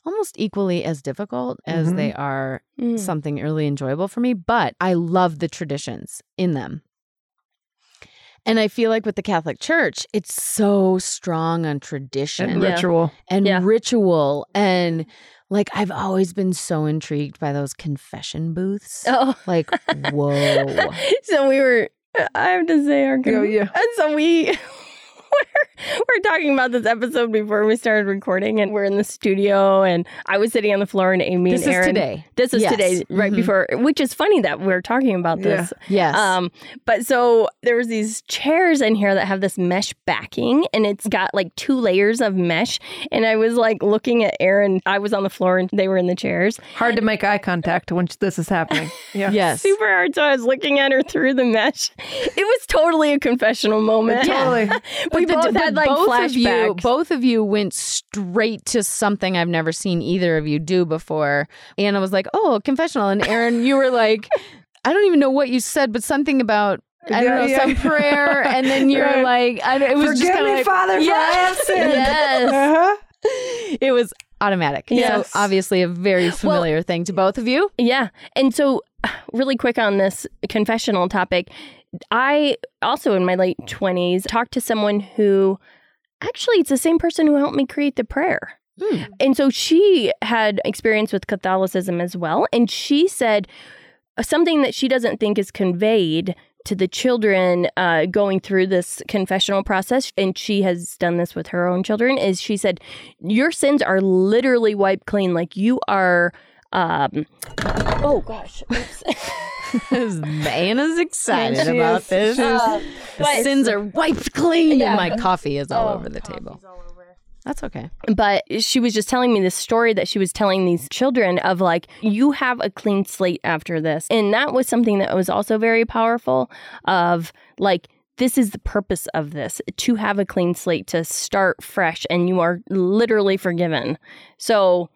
B: almost equally as difficult as
A: Mhm.
B: they are
C: Mm.
B: something really enjoyable for me, but I love the traditions in them. And I feel like with the Catholic Church, it's so strong on tradition
A: and
C: Yeah.
A: ritual.
B: and
C: Yeah.
B: ritual. And like, I've always been so intrigued by those confession booths.
C: Oh,
B: Like, whoa.
C: so we were. I have to say our.
A: Go, yeah.
C: And so we we're, we're talking about this episode before we started recording, and we're in the studio, and I was sitting on the floor, and Amy
B: This
C: and Aaron.
B: is today.
C: This is
B: Yes.
C: today, right
B: Mhm.
C: before, which is funny that we're talking about this.
B: Yes.
C: Um, but so there was these chairs in here that have this mesh backing, and it's got like two layers of mesh. And I was like looking at Aaron. I was on the floor, and they were in the chairs.
A: Hard to make eye contact when this is happening. Yeah.
B: yes.
C: Super hard. So I was looking at her through the mesh. It was totally a confessional moment.
A: Totally.
C: We
B: But the-
C: both had
B: but
C: like
B: both
C: flashbacks.
B: Of you, both of you went straight to something I've never seen either of you do before. Anna was like, "Oh, confessional," and Aaron, you were like, "I don't even know what you said, but something about." I don't
A: Yeah,
B: know,
A: yeah.
B: some prayer. And then you're
A: Right.
B: like, I, don't- it was just
A: Forgive
B: kind
A: me,
B: of like,
A: Father,
B: yes,
A: for I have sinned.
B: yes.
A: Uh-huh.
B: It was automatic.
C: Yes.
B: So obviously a very familiar thing to both of you.
C: Yeah. And so, really quick on this confessional topic, I also in my late 20s talked to someone who actually it's the same person who helped me create the prayer. And so she had experience with Catholicism as well. And she said uh, something that she doesn't think is conveyed to the children uh, going through this confessional process. And she has done this with her own children is she said, Your sins are literally wiped clean. Like you are. Um, oh gosh. Oops.
B: Anna's excited
A: She
B: about
A: is-
B: this.
A: she is-
B: The sins are wiped clean,
C: Uh, Yeah. Oh,
B: and my coffee is all over the table. That's okay.
C: but she was just telling me this story that she was telling these children of like you have a clean slate after this and that was something that was also very powerful of like this is the purpose of this to have a clean slate to start fresh and you are literally forgiven so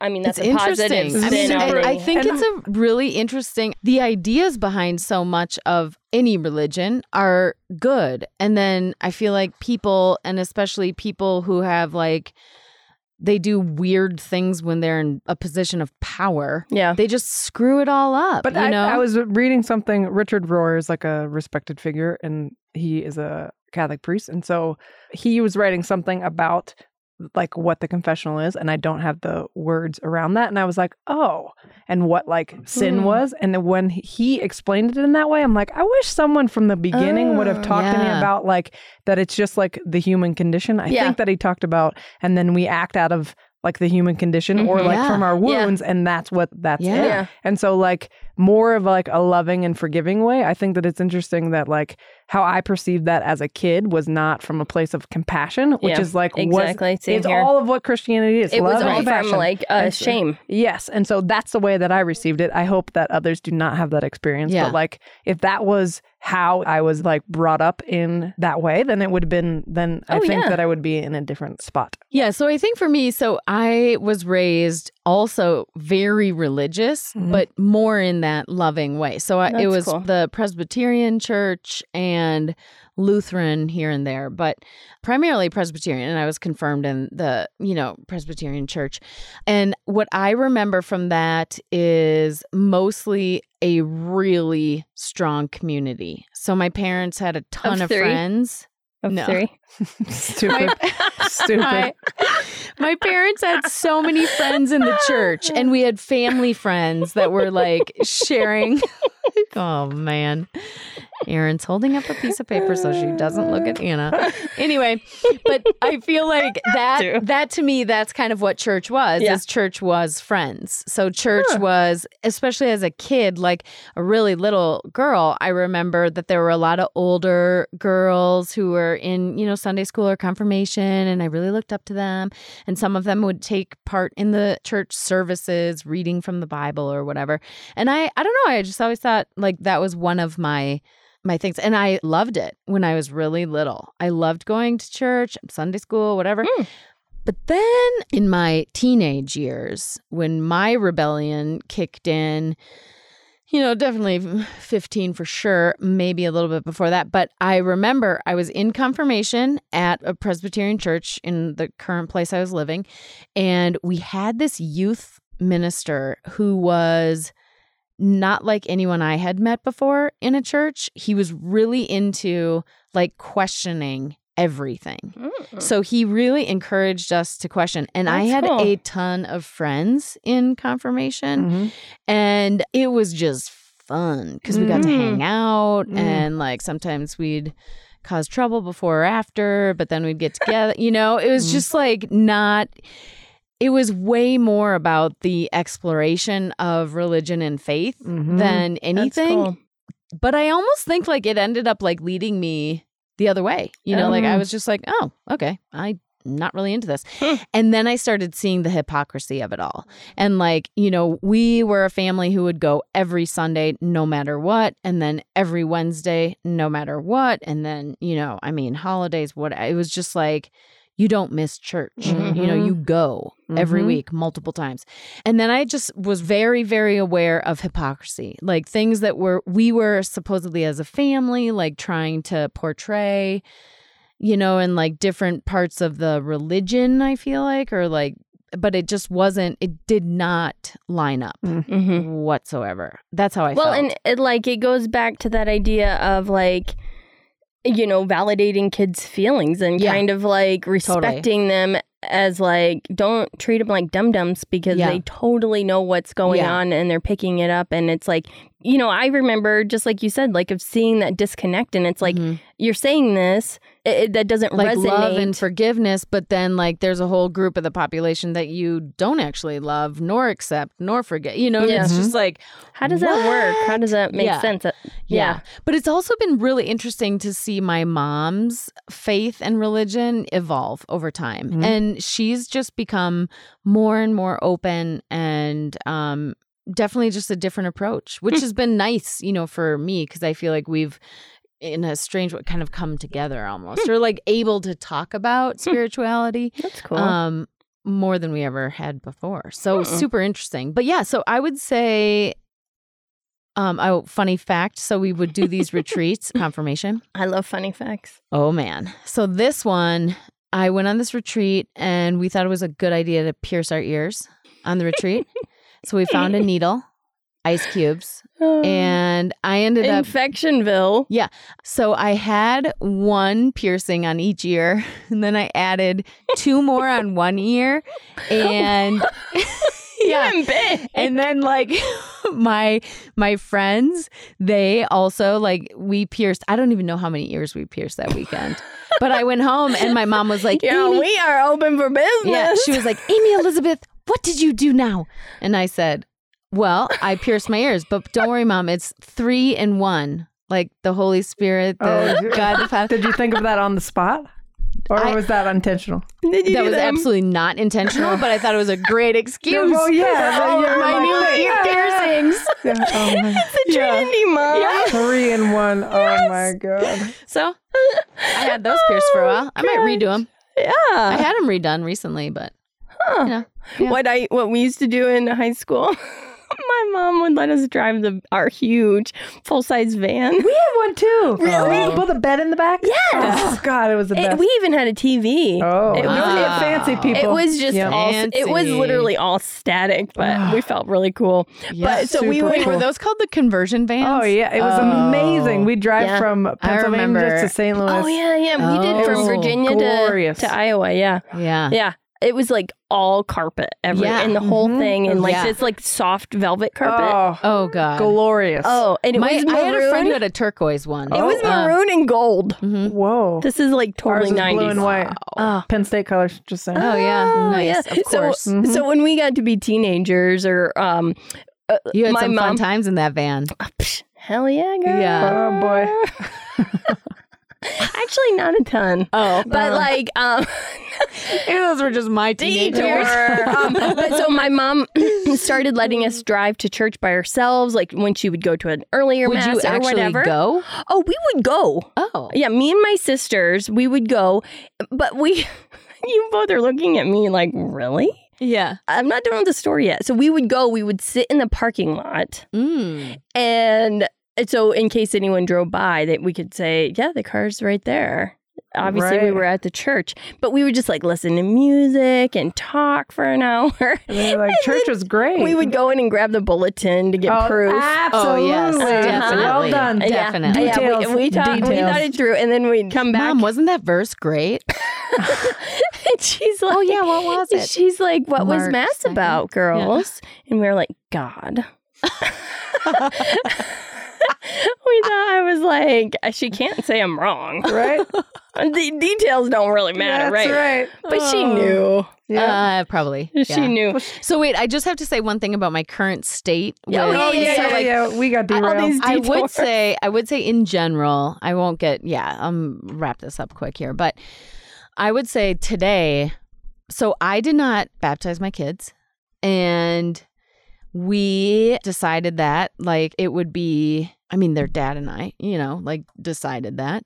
C: i mean that's
B: It's
C: a positive
B: interesting.
A: I
C: spin
A: mean,
C: on
B: and
A: already.
C: it.
B: I think
A: And-
B: it's a really interesting. The ideas behind so much of any religion are good, and then I feel like people, and especially people who have like they do weird things when they're in a position of power.
C: yeah
B: They just screw it all up.
A: But
B: you
A: I,
B: know,
A: I was reading something. Richard Rohr is like a respected figure, and he is a Catholic priest, and so he was writing something about like what the confessional is, and I don't have the words around that. And I was like, oh, and what like sin
C: Hmm.
A: was, and then when he explained it in that way, I'm like, I wish someone from the beginning would have
C: Oh.
A: talked to me
B: Yeah.
A: about like that. It's just like the human condition. I
C: Yeah.
A: think that he talked about, and then we act out of like the human condition or like
C: Mhm.
B: Mm-hmm. Yeah.
A: from our
C: Yeah.
A: wounds and that's what that's
B: Yeah.
A: it.
C: yeah
A: And so like more of like a loving and forgiving way. I think that it's interesting that like how I perceived that as a kid was not from a place of compassion, which
C: Yeah,
A: is like was-
C: exactly same
A: it's
C: here
A: all of what Christianity is.
C: it
A: love
C: was
A: and
C: all from
A: compassion.
C: like uh,
A: And so-
C: shame
A: Yes. And so that's the way that I received it. I hope that others do not have that experience.
B: Yeah.
A: But like if that was how I was like brought up in that way, then it would have been then I
C: Oh,
A: think
C: yeah.
A: that I would be in a different spot.
B: Yeah, so I think for me, so I was raised also very religious,
A: Mhm.
B: but more in that loving way. So I, it
C: Mm-hmm. That's
B: was
C: cool.
B: the Presbyterian church and Lutheran here and there, but primarily Presbyterian. And I was confirmed in the, you know, Presbyterian church. And what I remember from that is mostly a really strong community. So my parents had a ton of,
C: three?
B: friends.
C: of
B: No.
C: three
A: Stupid. Stupid.
B: My, my parents had so many friends in the church, and we had family friends that were like sharing. oh man. Erin's holding up a piece of paper so she doesn't look at Anna. Anyway, but I feel like
C: Dude.
B: that that to me that's kind of what church was.
C: Yeah.
B: Is church was friends. So church was especially as a kid like a really little girl, I remember that there were a lot of older girls who were in, you know, Sunday school or confirmation, and I really looked up to them. And some of them would take part in the church services, reading from the Bible or whatever. And I, I don't know, I just always thought like that was one of my my things and i loved it when i was really little i loved going to church sunday school whatever
C: Mm.
B: but then in my teenage years when my rebellion kicked in you know, definitely 15 for sure, maybe a little bit before that. But I remember I was in confirmation at a Presbyterian church in the current place I was living. And we had this youth minister who was not like anyone I had met before in a church. He was really into like questioning everything.
C: Mm.
B: So he really encouraged us to question. And I
C: That's
B: had
C: cool. Mm.
B: a ton of friends in confirmation
A: Mhm.
B: and it was just fun because we got to
C: Mm.
B: hang out
A: Mm.
B: and like sometimes we'd cause trouble before or after but then we'd get together you know it was
A: Mm.
B: just like not it was way more about the exploration of religion and faith
A: Mhm.
B: than
C: Mm-hmm. That's
B: anything
C: cool.
B: but i almost think like it ended up like leading me the other way you know like i
A: Mm.
B: was just like oh okay i'm not really into this
C: Hmm.
B: and then i started seeing the hypocrisy of it all and like you know we were a family who would go every sunday no matter what and then every wednesday no matter what and then you know i mean holidays what it was just like you don't miss church you know
A: Mhm.
B: you go every
C: Mm-hmm.
A: Mhm.
B: week multiple times and then i just was very very aware of hypocrisy like things that were we were supposedly as a family like trying to portray you know in like different parts of the religion i feel like or like but it just wasn't it did not line up
C: Mhm.
B: whatsoever that's how i
C: well,
B: felt
C: and it, like it goes back to that idea of like, you know, validating kids' feelings and
B: Yeah.
C: kind of like respecting them as like don't treat them like dum dums because
B: Yeah.
C: they totally know what's going
B: Yeah.
C: on and they're picking it up and it's like you know I remember just like you said like of seeing that disconnect and it's like
B: Mhm.
C: you're saying this it, it- that doesn't
B: like
C: resonate
B: love and forgiveness but then like there's a whole group of the population that you don't actually love nor accept nor forget you know
C: Yeah.
B: it's just like
C: how does that work how does that make
B: Yeah.
C: sense Uh,
B: Yeah.
C: Yeah.
B: But it's also been really interesting to see my mom's faith and religion evolve over time.
A: Mhm.
B: And she's just become more and more open and um definitely just a different approach, which has been nice, you know, for me because I feel like we've in a strange way kind of come together almost or like able to talk about spirituality
C: that's cool
B: um more than we ever had before. So
C: Hmm.
B: super interesting. But yeah, so I would say um oh funny fact, so we would do these retreats, confirmation.
C: I love funny facts
B: Oh man. So this one, I went on this retreat and we thought it was a good idea to pierce our ears on the retreat. so we found a needle, ice cubes,
C: Uh,
B: and I ended up
C: infectionville
B: so I had one piercing on each ear, and then I added two more on one ear, and yeah,
C: I'm big.
B: and then like my my friends, they also like we pierced. I don't even know how many ears we pierced that weekend, but I went home and my mom was like,
C: Yeah,
B: "Amy,"
C: we are open for business.
B: yeah, she was like, Amy Elizabeth, what did you do now? And I said, Well, I pierced my ears, but don't worry, mom, it's three in one. Like the Holy Spirit, the
A: Oh, yeah.
B: God the Father.
A: Did you think of that on the spot? Or
B: I-
A: was that intentional?
C: Did you
B: that
C: do
B: was
C: them?
B: absolutely not intentional, but I thought it was a great excuse.
A: Oh, yeah.
B: Oh,
A: Yeah,
B: my
A: like,
B: new ear
A: yeah.
B: piercings.
A: Yeah. Oh, my
C: the Trinity, mom.
A: Three and one. Oh my god.
B: So I had those pierced for a while. I might redo them.
C: Yeah.
B: I had them redone recently, but
C: Huh.
B: you know, yeah.
C: What I what we used to do in high school. My mom would let us drive the our huge full size van.
A: We had one too.
C: Really?
A: With a bed in the back? Yes. Oh god, it was the
C: It-
A: best.
C: we even had a TV.
A: oh,
C: it was-
B: Wow.
A: fancy
C: It
A: people.
C: was just
A: Yeah.
C: all it was
B: Fancy.
C: literally all static,
B: Ah.
C: but we felt really cool.
B: yeah.
C: But so we
A: super
C: would
B: Wait, were
A: cool.
B: those called the conversion vans?
A: Oh yeah, it was
B: Oh.
A: amazing. We drive
C: Yeah.
A: from Pennsylvania
B: remember.
A: just to St. Louis.
C: Oh yeah, yeah. We did from
B: Oh.
C: Virginia to,
A: Glorious.
C: to Iowa, yeah.
B: Yeah.
C: Yeah. It was like all carpet every
B: Yeah. Mm-hmm.
C: and the whole
A: Mhm.
C: thing and like
B: Yeah.
C: it's like soft velvet carpet.
A: Oh,
B: Oh god.
A: glorious.
C: Oh, and it
B: My-
C: was
B: I had a friend who
C: maroon.
B: had a turquoise one. Uh,
C: It was maroon and gold.
B: hmm
A: whoa.
C: This is like
A: Ours
C: totally
A: was blue and
C: nineties.
A: white.
C: Oh.
A: Penn State colors. Just saying.
B: Oh yeah, nice. Of course. Mm-hmm.
C: So,
A: Mhm.
C: so when we got to be teenagers, or um,
B: you had
C: my
B: some fun
C: mom-
B: times in that van.
C: psh, hell yeah, girl.
B: Yeah.
A: Oh, boy.
C: Actually, not a ton,
B: Oh,
C: but like um,
B: those were just my
C: detour. um, but so my mom started letting us drive to church by ourselves, like when she would go to an earlier
B: Would
C: mass
B: you
C: or
B: actually
C: whatever.
B: go?
C: Oh, we would go.
B: Oh,
C: Yeah, me and my sisters, we would go, but we. You both are looking at me like, really?
B: yeah.
C: I'm not done with the story yet. So we would go, we would sit in the parking lot.
B: Mm.
C: And so in case anyone drove by, that we could say, yeah, the car's right there. obviously we
A: Right.
C: were at the church, but we would just like listen to music and talk for an hour.
A: And they're like, church was great.
C: We would go in and grab the bulletin to get
A: Oh,
C: proof.
B: Oh, yes,
A: absolutely. Well
B: definitely.
A: done.
B: Yeah. definitely.
C: Yeah,
A: Details,
C: we, we, thought, we
A: details.
C: thought it through, and then we'd come back.
B: Mom, wasn't that verse great?
C: and she's like,
B: oh yeah, what was it?
C: She's like, what was
B: March
C: mass
B: 2nd?
C: about, girls? And we were like, God. we thought I was like, she can't say I'm wrong.
A: Right?
C: The details don't really matter,
A: That's right.
C: right? But she
B: Oh.
C: knew.
A: Yeah.
B: Uh, probably.
C: She
B: yeah.
C: knew.
B: So wait, I just have to say one thing about my current state.
C: Oh,
B: with-
A: oh, yeah,
B: so,
A: yeah,
B: like,
A: yeah. We got
C: all
A: derailed.
C: these-
B: I would
C: detours.
B: say I would say in general, I won't get yeah, um wrap this up quick here, but I would say today so I did not baptize my kids and we decided that like it would be I mean their dad and I, you know, like decided that.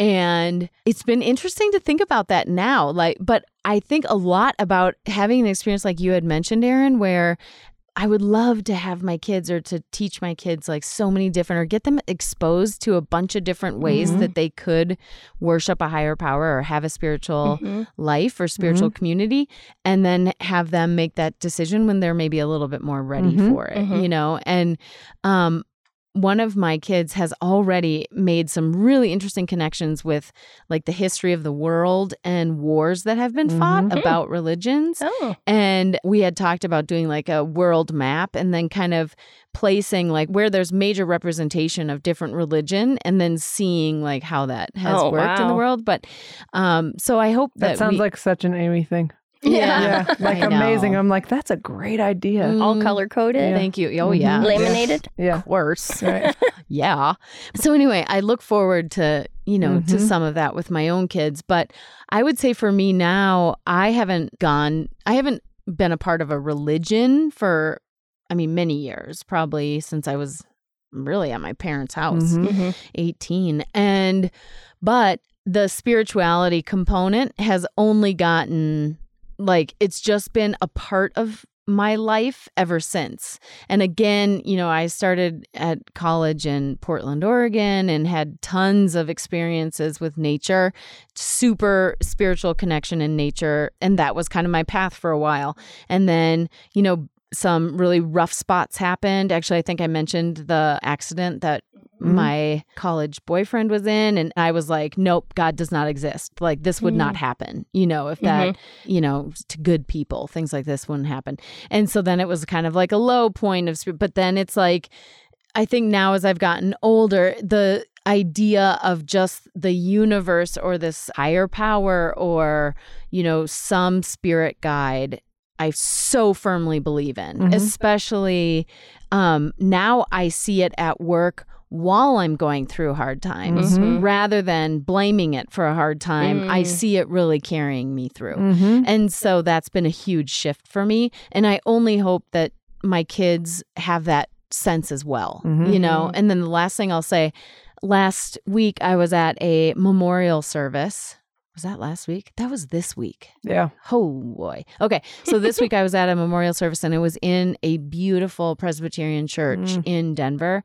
B: And it's been interesting to think about that now, like but I think a lot about having an experience like you had mentioned Aaron where I would love to have my kids or to teach my kids like so many different or get them exposed to a bunch of different ways
A: Mhm.
B: that they could worship a higher power or have a spiritual
C: Mm-hmm.
B: life or spiritual community and then have them make that decision when they're maybe a little bit more ready
A: Mhm.
B: for it,
C: Mhm.
B: you know? And um one of my kids has already made some really interesting connections with like the history of the world and wars that have been fought
A: Mhm.
B: about religions
C: Oh,
B: and we had talked about doing like a world map and then kind of placing like where there's major representation of different religion and then seeing like how that has
C: Oh,
B: worked in the
C: wow.
B: world. But um so I hope that,
A: that sounds
B: we-
A: like such an Amy thing.
C: Yeah.
A: Yeah. Like
B: I know.
A: amazing. I'm like, that's a great idea.
B: Mm,
C: all color coded,
B: Thank you. Oh
A: Mhm.
B: yeah.
C: laminated.
A: Yeah.
B: Worse.
A: Right.
B: yeah. So anyway, I look forward to, you know, to
A: Mhm.
B: some of that with my own kids, but I would say for me now, I haven't gone I haven't been a part of a religion for I mean many years, probably since I was really at my parents' house.
A: Mhm.
B: 18 and but the spirituality component has only gotten like it's just been a part of my life ever since. And again, you know, I started at college in Portland, Oregon and had tons of experiences with nature, super spiritual connection in nature, and that was kind of my path for a while. And then, you know, some really rough spots happened. Actually, I think I mentioned the accident that
A: Mhm.
B: my college boyfriend was in and I was like, nope, God does not exist. Like this would not happen, you know, if that, you know, to good people, things like this wouldn't happen. And so then it was kind of like a low point of spirit, but then it's like I think now as I've gotten older, the idea of just the universe or this higher power or, you know, some spirit guide, I so firmly believe in,
A: Mhm.
B: especially um, now I see it at work while I'm going through hard times.
A: Mhm.
B: Rather than blaming it for a hard time, I
C: Mm.
B: see it really carrying me through.
A: Mhm.
B: And so that's been a huge shift for me. And I only hope that my kids have that sense as well,
A: Mhm.
B: you know? And then the last thing I'll say last week, I was at a memorial service. Was that last week? That was this week.
A: Yeah.
B: Oh boy. Okay. So this week I was at a memorial service and it was in a beautiful Presbyterian church
A: Mm.
B: in Denver.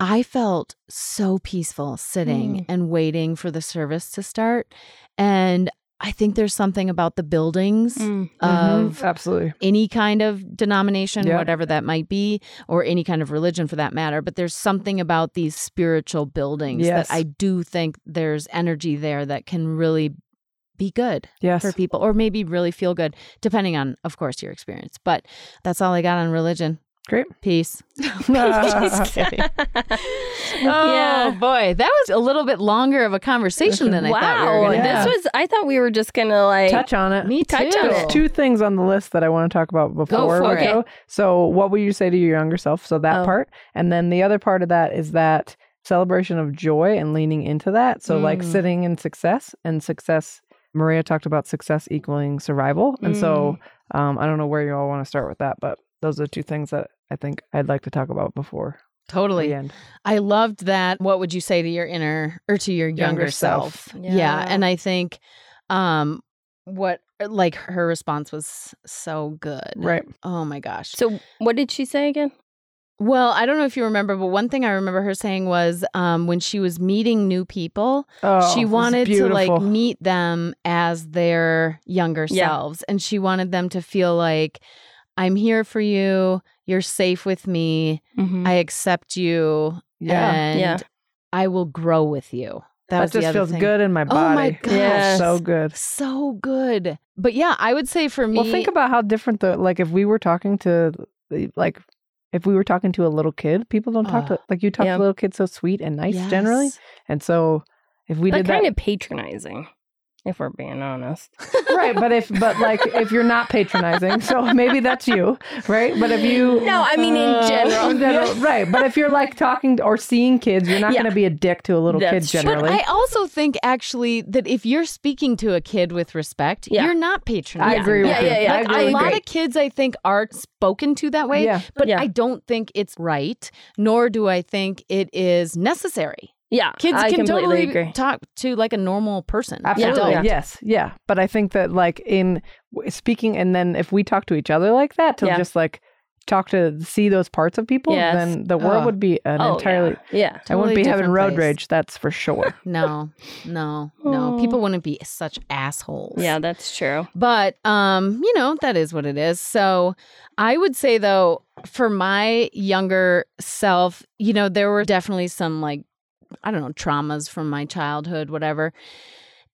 B: I felt so peaceful sitting
C: Mm.
B: and waiting for the service to start. And I think there's something about the buildings
A: Mm,
C: Mm-hmm.
B: of
A: Mm-hmm. Absolutely.
B: any kind of denomination,
A: Yeah.
B: whatever that might be, or any kind of religion for that matter. But there's something about these spiritual buildings
A: Yes.
B: that I do think there's energy there that can really be good
A: Yes.
B: for people or maybe really feel good depending on of course your experience but that's all i got on religion
A: Great.
B: peace
A: Just
C: yeah.
B: Oh, boy that was a little bit longer of a conversation than i thought we
C: Wow.
B: were gonna
A: Yeah.
C: This was, I thought we were just going to like.
A: Touch on it.
B: have. me too
C: Touch on
A: There's two things on the list that I want to talk about before
B: for
A: we
B: it.
A: go. So, what would you say to your younger self? So, that
C: Oh.
A: part. And then the other part of that is that celebration of joy and leaning into that. So, like
B: Mm.
A: sitting in success and success. Maria talked about success equaling survival. And so,
B: Mm.
A: um, I don't know where you all want to start with that, but those are two things that I think I'd like to talk about before
B: totally
A: the end.
B: I loved that. What would you say to your inner or to your younger,
A: Younger
B: self?
A: self.
B: Yeah.
C: Yeah.
B: And I think um what like her response was so good.
A: Right.
B: Oh my gosh.
C: So, what did she say again?
B: Well, I don't know if you remember, but one thing I remember her saying was um, when she was meeting new people,
A: Oh,
B: she
A: this is
B: wanted to like
A: beautiful.
B: meet them as their younger
C: Yeah.
B: selves and she wanted them to feel like i'm here for you you're safe with me i accept you
A: Mm-hmm. Yeah,
B: and
C: Yeah.
B: i will grow with you that, was
A: that,
B: the
A: just
B: other
A: feels
B: thing.
A: good in my body.
B: oh my gosh
C: Yes.
A: so good.
B: so good but yeah i would say for me
A: Well, think about how different the like if we were talking to the- like if we were talking to a little kid, people don't talk to like you talk
C: Yeah.
A: to little kids so sweet and nice generally,
B: Yes.
A: and so if we
C: but
A: did that,
C: kind of patronizing, if we're being honest.
A: right? But if but like if you're not patronizing, so maybe that's you, right? But if you
C: No, I mean in
B: Uh,
C: general.
A: in general, right? But if you're like talking to- or seeing kids, you're not
C: Yeah.
A: going to be a dick to a little
C: That's
A: kid
C: true.
A: generally.
B: I also think actually that if you're speaking to a kid with respect,
C: Yeah.
B: you're not patronizing.
A: I agree
B: them.
A: with
C: Yeah,
A: you.
C: yeah, yeah.
A: I
B: Like,
A: agree
B: a
A: with
B: lot
A: you.
B: of kids, I think, are spoken to that way,
A: Yeah.
B: but
C: Yeah.
B: I don't think it's right, nor do I think it is necessary.
C: Yeah,
B: Kids
C: I
B: can
C: completely
B: totally
C: agree.
B: talk to like a normal person.
A: Absolutely.
C: Yeah.
A: Yes. Yeah. But I think that like in w- speaking and then if we talk to each other like that to
C: Yeah.
A: just like talk to see those parts of people,
C: Yes.
A: then the world
B: Oh.
A: would be an
C: Oh,
A: entirely
C: Yeah.
A: I wouldn't
B: Totally
A: be having
B: different
A: road
B: place.
A: rage, that's for sure.
B: No, no, no.
C: Oh.
B: People wouldn't be such assholes.
C: Yeah, that's true.
B: But um, you know, that is what it is. So I would say though, for my younger self, you know, there were definitely some like I don't know, traumas from my childhood, whatever.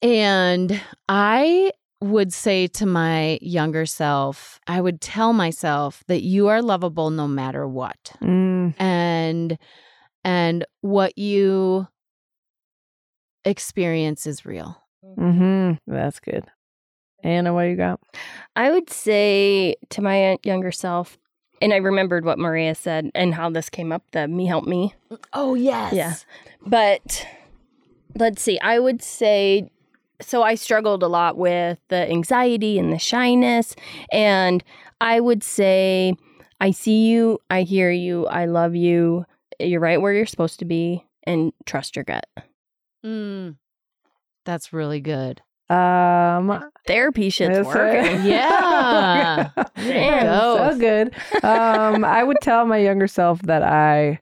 B: And I would say to my younger self, I would tell myself that you are lovable no matter what
A: Mm,
B: and and what you experience is real.
A: hmm That's good. Anna, what you got?
C: I would say to my uh, younger self, and I remembered what Maria said and how this came up the me help me.
B: Oh yes.
C: Yeah. But let's see, I would say so I struggled a lot with the anxiety and the shyness. And I would say, I see you, I hear you, I love you, you're right where you're supposed to be, and trust your gut.
B: Mm. That's really good.
A: Um
C: Therapy shit's
A: that's
C: working.
A: it.
B: Yeah.
C: Damn.
B: Go.
A: so good. Um, I would tell my younger self that I,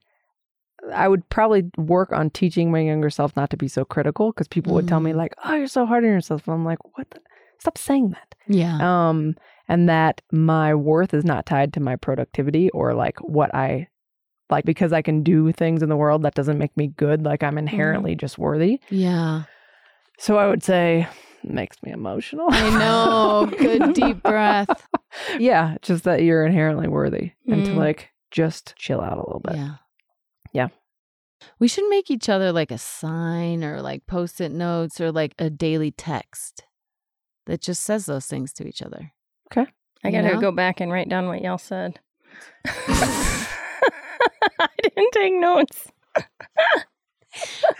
A: I would probably work on teaching my younger self not to be so critical because people would tell me
B: Mm.
A: like, "Oh, you're so hard on yourself." And I'm like, "What? The? Stop saying that."
B: Yeah.
A: Um, and that my worth is not tied to my productivity or like what I like because I can do things in the world that doesn't make me good. Like
B: Mm-hmm.
A: I'm inherently just worthy.
B: Yeah.
A: So I would say makes me emotional.
B: I know. Good deep breath.
A: yeah, just that you're inherently worthy and to
C: Mm.
A: like just chill out a little bit.
B: Yeah.
A: Yeah.
B: We should make each other like a sign or like post it notes or like a daily text that just says those things to each other.
C: I gotta
B: Yeah.
C: go back and write down what y'all said. I didn't take notes.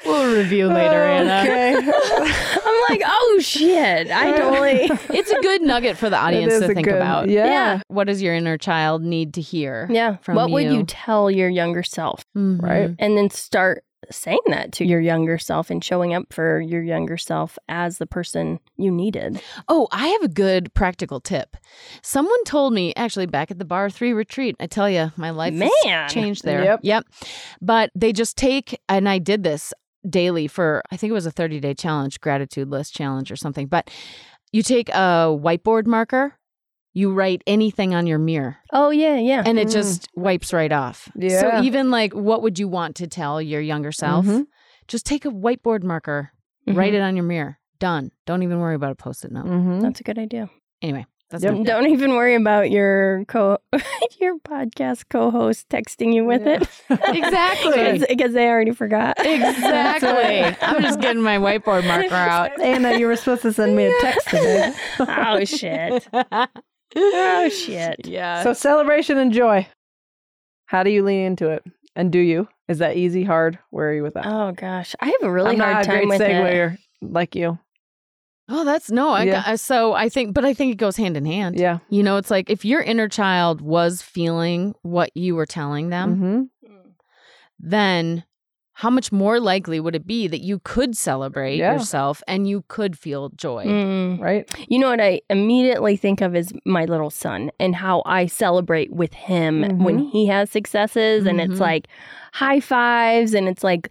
B: We'll review
A: Okay.
C: I'm like, oh shit. I totally.
B: It's a good nugget for the audience
A: It is
B: to
A: a
B: think
A: good-
B: about.
A: Yeah.
C: Yeah.
B: What does your inner child need to hear?
C: Yeah.
B: From
C: what would
B: you.
C: you tell your younger self?
B: Mhm.
A: Right.
C: And then start saying that to your younger self and showing up for your younger self as the person you needed.
B: Oh, I have a good practical tip. Someone told me actually back at the bar three retreat. I tell you, my life has
C: Man.
B: changed there.
A: Yep.
B: But they just take, and I did this daily for I think it was a 30 day challenge, gratitude list challenge or something. But you take a whiteboard marker, you write anything on your mirror,
C: Oh, yeah. Yeah.
B: and it
A: Mm.
B: just wipes right off.
A: Yeah.
B: So even like, what would you want to tell your younger self?
A: Mhm.
B: Just take a whiteboard marker,
C: Mm-hmm.
B: write it on your mirror. Done. Don't even worry about a post it note.
A: Mm-hmm.
C: That's a good idea.
B: Anyway, that's
A: Yep.
B: my-
C: Don't even worry about your co your podcast co-host texting you with it.
B: Exactly.
C: Because they already forgot.
B: Exactly. I'm just getting my whiteboard marker out.
A: Anna, you were supposed to send me a text today.
C: oh shit. Oh shit.
B: Yeah.
A: So celebration and joy. How do you lean into it? And do you? Is that easy, hard? Where are you with that?
C: Oh gosh, I have a really
A: I'm not
C: hard
A: a great
C: time with it.
A: seguer like you.
B: oh, that's no. I
A: Yeah.
B: got, so I think, but I think it goes hand in hand.
A: Yeah.
B: You know, it's like if your inner child was feeling what you were telling them,
A: Mm-hmm.
B: then how much more likely would it be that you could celebrate
A: Yeah.
B: yourself and you could feel joy?
C: Mm.
A: right?
C: You know what I immediately think of is my little son and how I celebrate with him when he has successes. And
B: Mhm.
C: it's like high fives and it's like,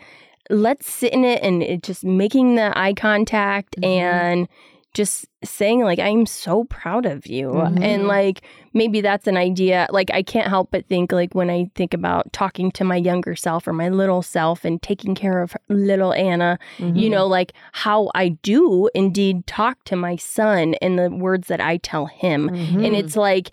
C: let's sit in it and it just making the eye contact
B: Mhm.
C: and just saying, like, I'm so proud of you.
A: Mhm.
C: And like, maybe that's an idea. Like, I can't help but think, like, when I think about talking to my younger self or my little self and taking care of little Anna,
A: Mm-hmm.
C: you know, like how I do indeed talk to my son and the words that I tell him.
A: Mm-hmm.
C: And it's like,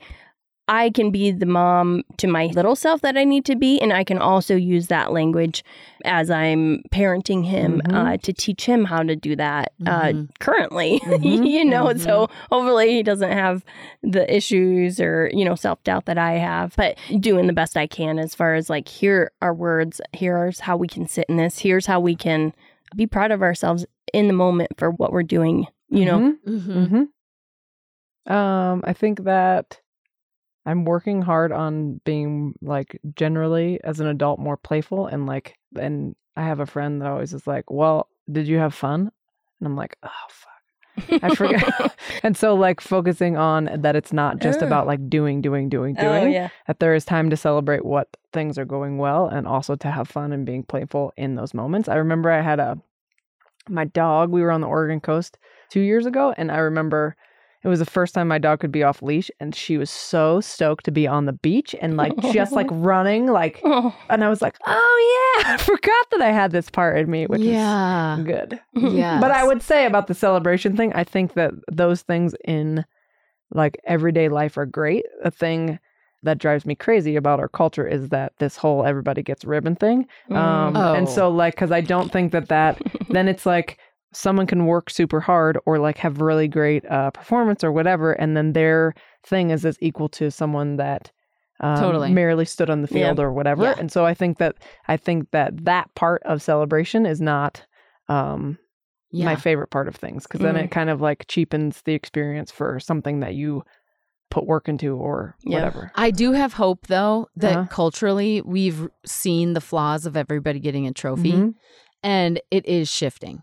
C: I can be the mom to my little self that I need to be. And I can also use that language as I'm parenting him
A: Mhm.
C: uh, to teach him how to do that uh,
B: Mhm.
C: currently,
A: Mhm.
C: you know.
B: Mhm.
C: So hopefully he doesn't have the issues or, you know, self doubt that I have, but doing the best I can as far as like, here are words, here's how we can sit in this, here's how we can be proud of ourselves in the moment for what we're doing, you know.
B: Mhm.
A: hmm Um, I think that I'm working hard on being like generally as an adult more playful and like and I have a friend that always is like, "Well, did you have fun?" And I'm like, "Oh fuck, I forgot." and so like focusing on that it's not just
C: Oh.
A: about like doing, doing, doing, doing.
C: Oh, yeah.
A: That there is time to celebrate what things are going well and also to have fun and being playful in those moments. I remember I had a my dog, we were on the Oregon coast two years ago, and I remember it was the first time my dog could be off leash, and she was so stoked to be on the beach and like just like running, like,
C: Oh,
A: and I was like, oh yeah, I forgot that I had this part in me, which
B: yeah.
A: is good.
B: yeah.
A: But I would say about the celebration thing, I think that those things in like everyday life are great. A thing that drives me crazy about our culture is that this whole everybody gets ribbon thing. Um,
B: Mm.
A: And
B: Oh.
A: so, like, because I don't think that that, then it's like someone can work super hard or like have really great uh, performance or whatever. And then their thing is as equal to someone that um,
B: Totally.
A: merely stood on the
C: Yeah.
A: field or whatever.
B: Yeah.
A: And so I think that, I think that that part of celebration is not um,
B: yeah. Mm-hmm.
A: my favorite part of things because then it kind of like cheapens the experience for something that you put work into or
C: Yeah.
A: whatever.
B: I do have hope though that
A: Uh-huh.
B: culturally we've seen the flaws of everybody getting a trophy
A: Mhm.
B: and it is shifting.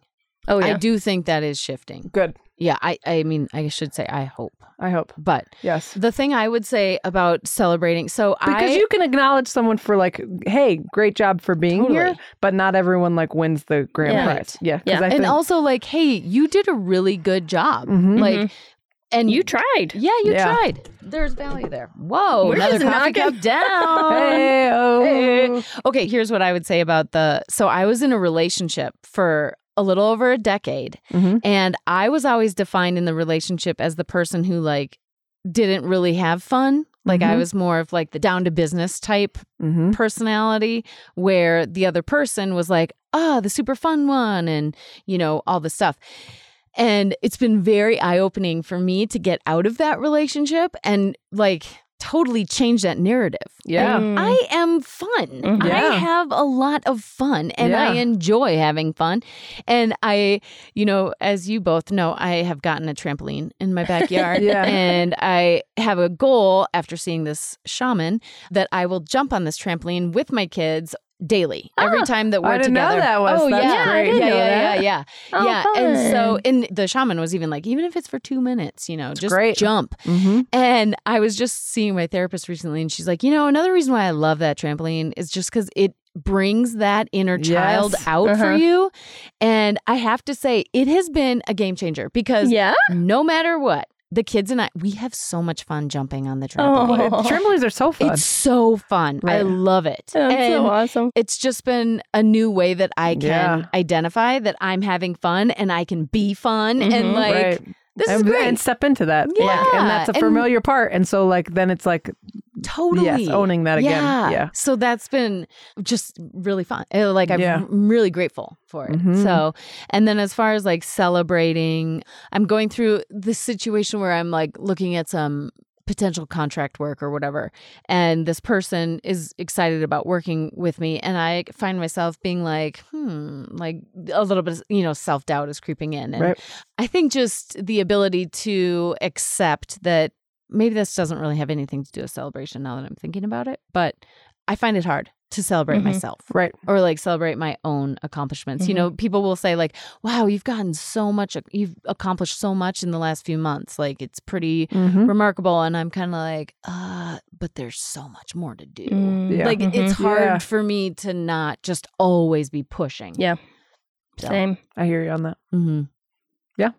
C: oh
B: I
C: yeah.
B: do think that is shifting.
A: Good.
B: Yeah, I I mean I should say I hope.
A: I hope.
B: But
A: Yes.
B: the thing I would say about celebrating so
A: Because
B: I
A: you can acknowledge someone for like, hey, great job for being here,
B: Totally.
A: but not everyone like wins the grand
C: Yeah.
A: prize. Yeah. 'cause
C: Yeah.
A: I
B: and
A: think-
B: also like hey, you did a really good job.
A: Mhm.
B: Like and
C: you tried.
B: Yeah, you
A: Yeah.
B: tried. There's value there. Whoa,
C: We're
B: another
C: just
B: coffee
C: knocking-
B: cup down.
A: Hey, oh.
B: Hey. Okay, here's what I would say about the so I was in a relationship for a little over a decade
A: Mhm.
B: and I was always defined in the relationship as the person who like didn't really have fun. Like I
A: Mhm.
B: was more of like the down to business type
A: Mhm.
B: personality where the other person was like, "Ah, the super fun one and, you know, all the stuff." And it's been very eye-opening for me to get out of that relationship and like totally change that narrative.
A: Yeah.
C: Mm.
B: I am fun.
C: Mhm.
B: I
A: Yeah.
B: have a lot of fun
A: Mm-hmm.
B: and
A: Yeah.
B: I enjoy having fun. And I, you know, as you both know, I have gotten a trampoline in my backyard.
A: Yeah.
B: And I have a goal after seeing this shaman that I will jump on this trampoline with my kids daily
A: Ah,
B: every time that we're
A: I didn't know
B: together.
A: that was-
B: oh
A: that's
B: yeah,
A: great. I didn't
B: yeah,
A: know
B: yeah, yeah,
A: that.
B: yeah,
C: Oh,
B: yeah. And so,
C: fun.
B: and the shaman was even like, even if it's for two minutes, you know, just
A: great.
B: jump.
A: Mhm.
B: And I was just seeing my therapist recently, and she's like, you know, another reason why I love that trampoline is just because it brings that inner
A: Yes.
B: child out for
C: Uh-huh.
B: you. And I have to say, it has been a game changer because
C: yeah.
B: no matter what, the kids and I, we have so much fun jumping on the trampoline.
A: Well,
C: Oh.
A: Trampolines are so fun.
B: It's so fun. I
A: Right.
B: love it.
C: That's so
B: And
C: awesome.
B: it's just been a new way that I can
A: Yeah.
B: identify that I'm having fun and I can be fun and
C: Mhm.
B: like
A: Mm-hmm, right.
B: this
A: and,
B: is great.
A: and step into that. Like,
B: Yeah.
A: and that's a
B: And-
A: familiar part. And so like then it's like
B: totally
A: Yes, owning that again.
B: Yeah.
A: Yeah.
B: So that's been just really fun. Uh, Like I'm
A: Yeah.
B: really grateful for it.
A: Mhm.
B: So, and then as far as like celebrating, I'm going through this situation where I'm like looking at some potential contract work or whatever and this person is excited about working with me and i find myself being like hmm like a little bit of, you know self-doubt is creeping in and
A: Right.
B: i think just the ability to accept that maybe this doesn't really have anything to do with celebration now that i'm thinking about it but i find it hard to celebrate
C: Mhm.
A: Mm-hmm.
B: myself
A: Right.
B: or like celebrate my own accomplishments. You
A: Mm-hmm.
B: know, people will say like, "Wow, you've gotten so much you've accomplished so much in the last few months. Like it's pretty
A: Mm-hmm.
B: remarkable." And I'm kind of like, "Uh, but there's so much more to do."
A: Yeah.
C: Mm-hmm.
B: Like it's hard
A: Yeah.
B: for me to not just always be pushing.
C: Yeah.
B: So,
C: same.
A: I hear you on that.
B: mhm.
A: Yeah.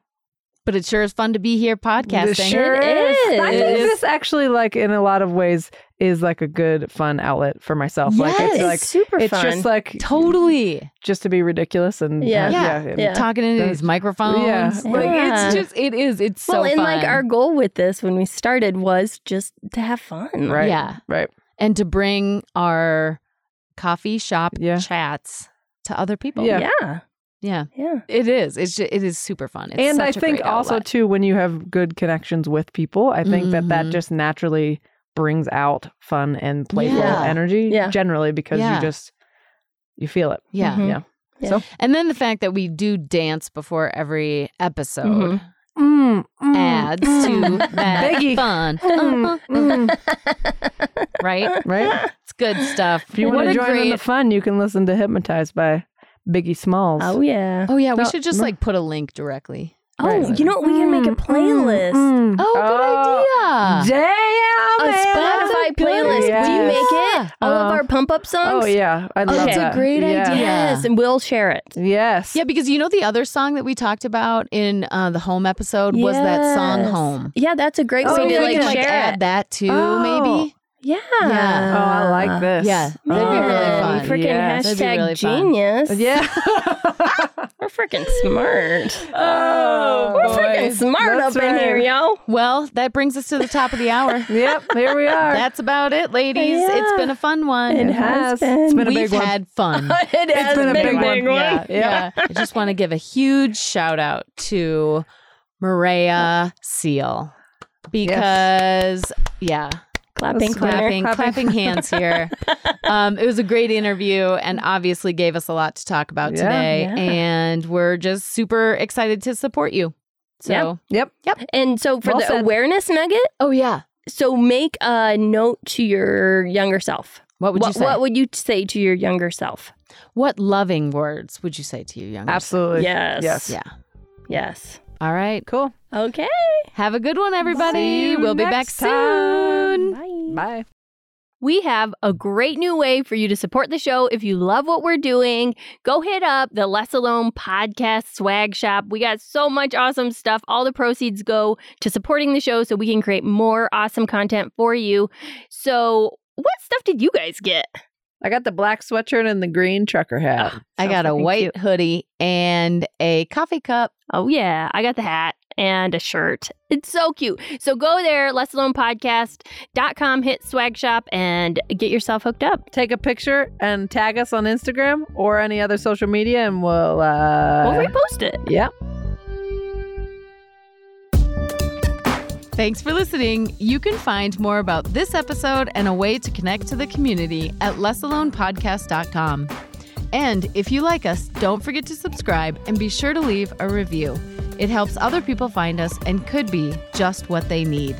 B: But it sure is fun to be here podcasting.
A: This sure
C: It is.
A: I think
B: It is.
A: this actually, like in a lot of ways, is like a good fun outlet for myself. Like
B: Yes.
A: it's
C: It's
A: like
C: super
A: it's
C: fun.
A: just like
B: Totally.
A: just to be ridiculous and
C: Yeah.
A: uh,
B: Yeah.
A: and-
C: Yeah.
B: Talking into
A: That's-
B: these microphones.
A: Yeah.
B: Like
C: Yeah.
B: it's just it is. It's so
C: well, and like
B: fun.
C: our goal with this when we started was just to have fun.
A: Right.
B: Yeah.
A: right.
B: and to bring our coffee shop
A: Yeah.
B: chats to other people.
A: Yeah.
C: Yeah. Yeah.
B: Yeah.
C: Yeah.
B: It is. It's ju- it is super fun. It's
A: and I
B: such a
A: think
B: great
A: also
B: outlet.
A: too when you have good connections with people, I think that that
B: Mhm.
A: just naturally brings out fun and playful
B: Yeah.
A: energy
C: Yeah.
A: generally because
B: Yeah.
A: you just you feel it.
B: yeah.
C: Mhm.
A: Yeah.
C: Yeah.
A: So
B: And then the fact that we do dance before every episode
A: mm, mm, mm,
B: adds to that
A: Biggie.
B: fun,
A: mm, mm,
B: right?
A: right?
B: It's good stuff.
A: If you
B: What
A: want to
B: a
A: join in the
B: great-
A: fun, you can listen to Hypnotized by Biggie Smalls.
C: Oh yeah.
B: oh yeah, we
A: No,
B: should just
A: no.
B: like put a link directly.
C: Oh, you know what? We can
A: Mm,
C: make
B: Mm,
C: a playlist.
B: Oh, good idea.
A: Damn,
B: A
A: man.
B: That's
C: Spotify
B: a good
C: playlist. Do you
A: idea.
C: make it? All of
A: Um,
C: our pump up songs?
A: Oh yeah, I love
B: That's a
A: that.
B: great
A: Yeah.
B: idea.
C: Yes. And we'll share it.
A: Yes.
B: Yeah, because you know the other song that we talked about in uh, the home episode was that song
C: Yes.
B: "Home."
C: Yeah, that's a great
A: Oh,
B: so
C: way
B: we
C: to
A: yeah,
C: like
B: can
A: yeah.
B: like
C: share
B: add
C: it.
B: that too,
A: Oh.
B: maybe.
C: Yeah.
A: Oh, I like this. Oh,
B: Uh, Yeah.
C: Man,
B: That'd be really fun.
C: Freaking
A: Yes.
B: That'd be
C: hashtag
B: really fun.
C: genius.
A: Yeah.
C: We're freaking smart.
A: Oh,
C: We're
A: boy.
C: freaking smart
A: That's
C: up in
A: right.
C: here, yo.
B: Well, that brings us to the top of the hour.
A: yep, here we are.
B: That's about it, ladies.
C: Yeah.
B: It's been a fun one.
C: It has been.
A: It's been a
B: We've
A: big one.
B: had fun.
C: It has
A: been a big one.
B: Yeah, yeah. I just want to give a huge shout out to Maria Seal because, yeah,
C: Clapping,
A: That's winner.
B: clapping,
A: Clapping.
B: clapping hands here. um, it was a great interview and obviously gave us a lot to talk about
A: Yeah.
B: today.
C: Yeah.
B: And we're just super excited to support you. So,
C: Yeah.
A: Yep.
C: And so for
A: Well
C: the
A: said.
C: awareness nugget,
B: oh, yeah.
C: so make a note to your younger self.
B: What would you
C: what,
B: say?
C: what would you say to your younger self?
B: What loving words would you say to your younger self?
A: Absolutely.
C: Yes.
A: Yes.
B: Yeah.
C: Yes.
B: All right.
A: Cool.
C: Okay.
B: Have a good one, everybody.
A: See you
B: we'll be back
A: next
B: soon.
C: Bye.
A: Bye.
C: We have a great new way for you to support the show. If you love what we're doing, go hit up the Less Alone podcast swag shop. We got so much awesome stuff. All the proceeds go to supporting the show so we can create more awesome content for you. So, what stuff did you guys get?
A: I got the black sweatshirt and the green trucker hat.
B: I
A: So
B: got a
A: freaking
B: white
A: cute.
B: hoodie and a coffee cup.
C: Oh, yeah. I got the hat and a shirt. It's so cute. So go there, lessalonepodcast.com, hit swag shop, and get yourself hooked up.
A: Take a picture and tag us on Instagram or any other social media, and we'll.
C: We'll
A: Uh,
C: repost it.
A: yeah.
B: Thanks for listening. You can find more about this episode and a way to connect to the community at lessalonepodcast.com. And if you like us, don't forget to subscribe and be sure to leave a review. It helps other people find us and could be just what they need.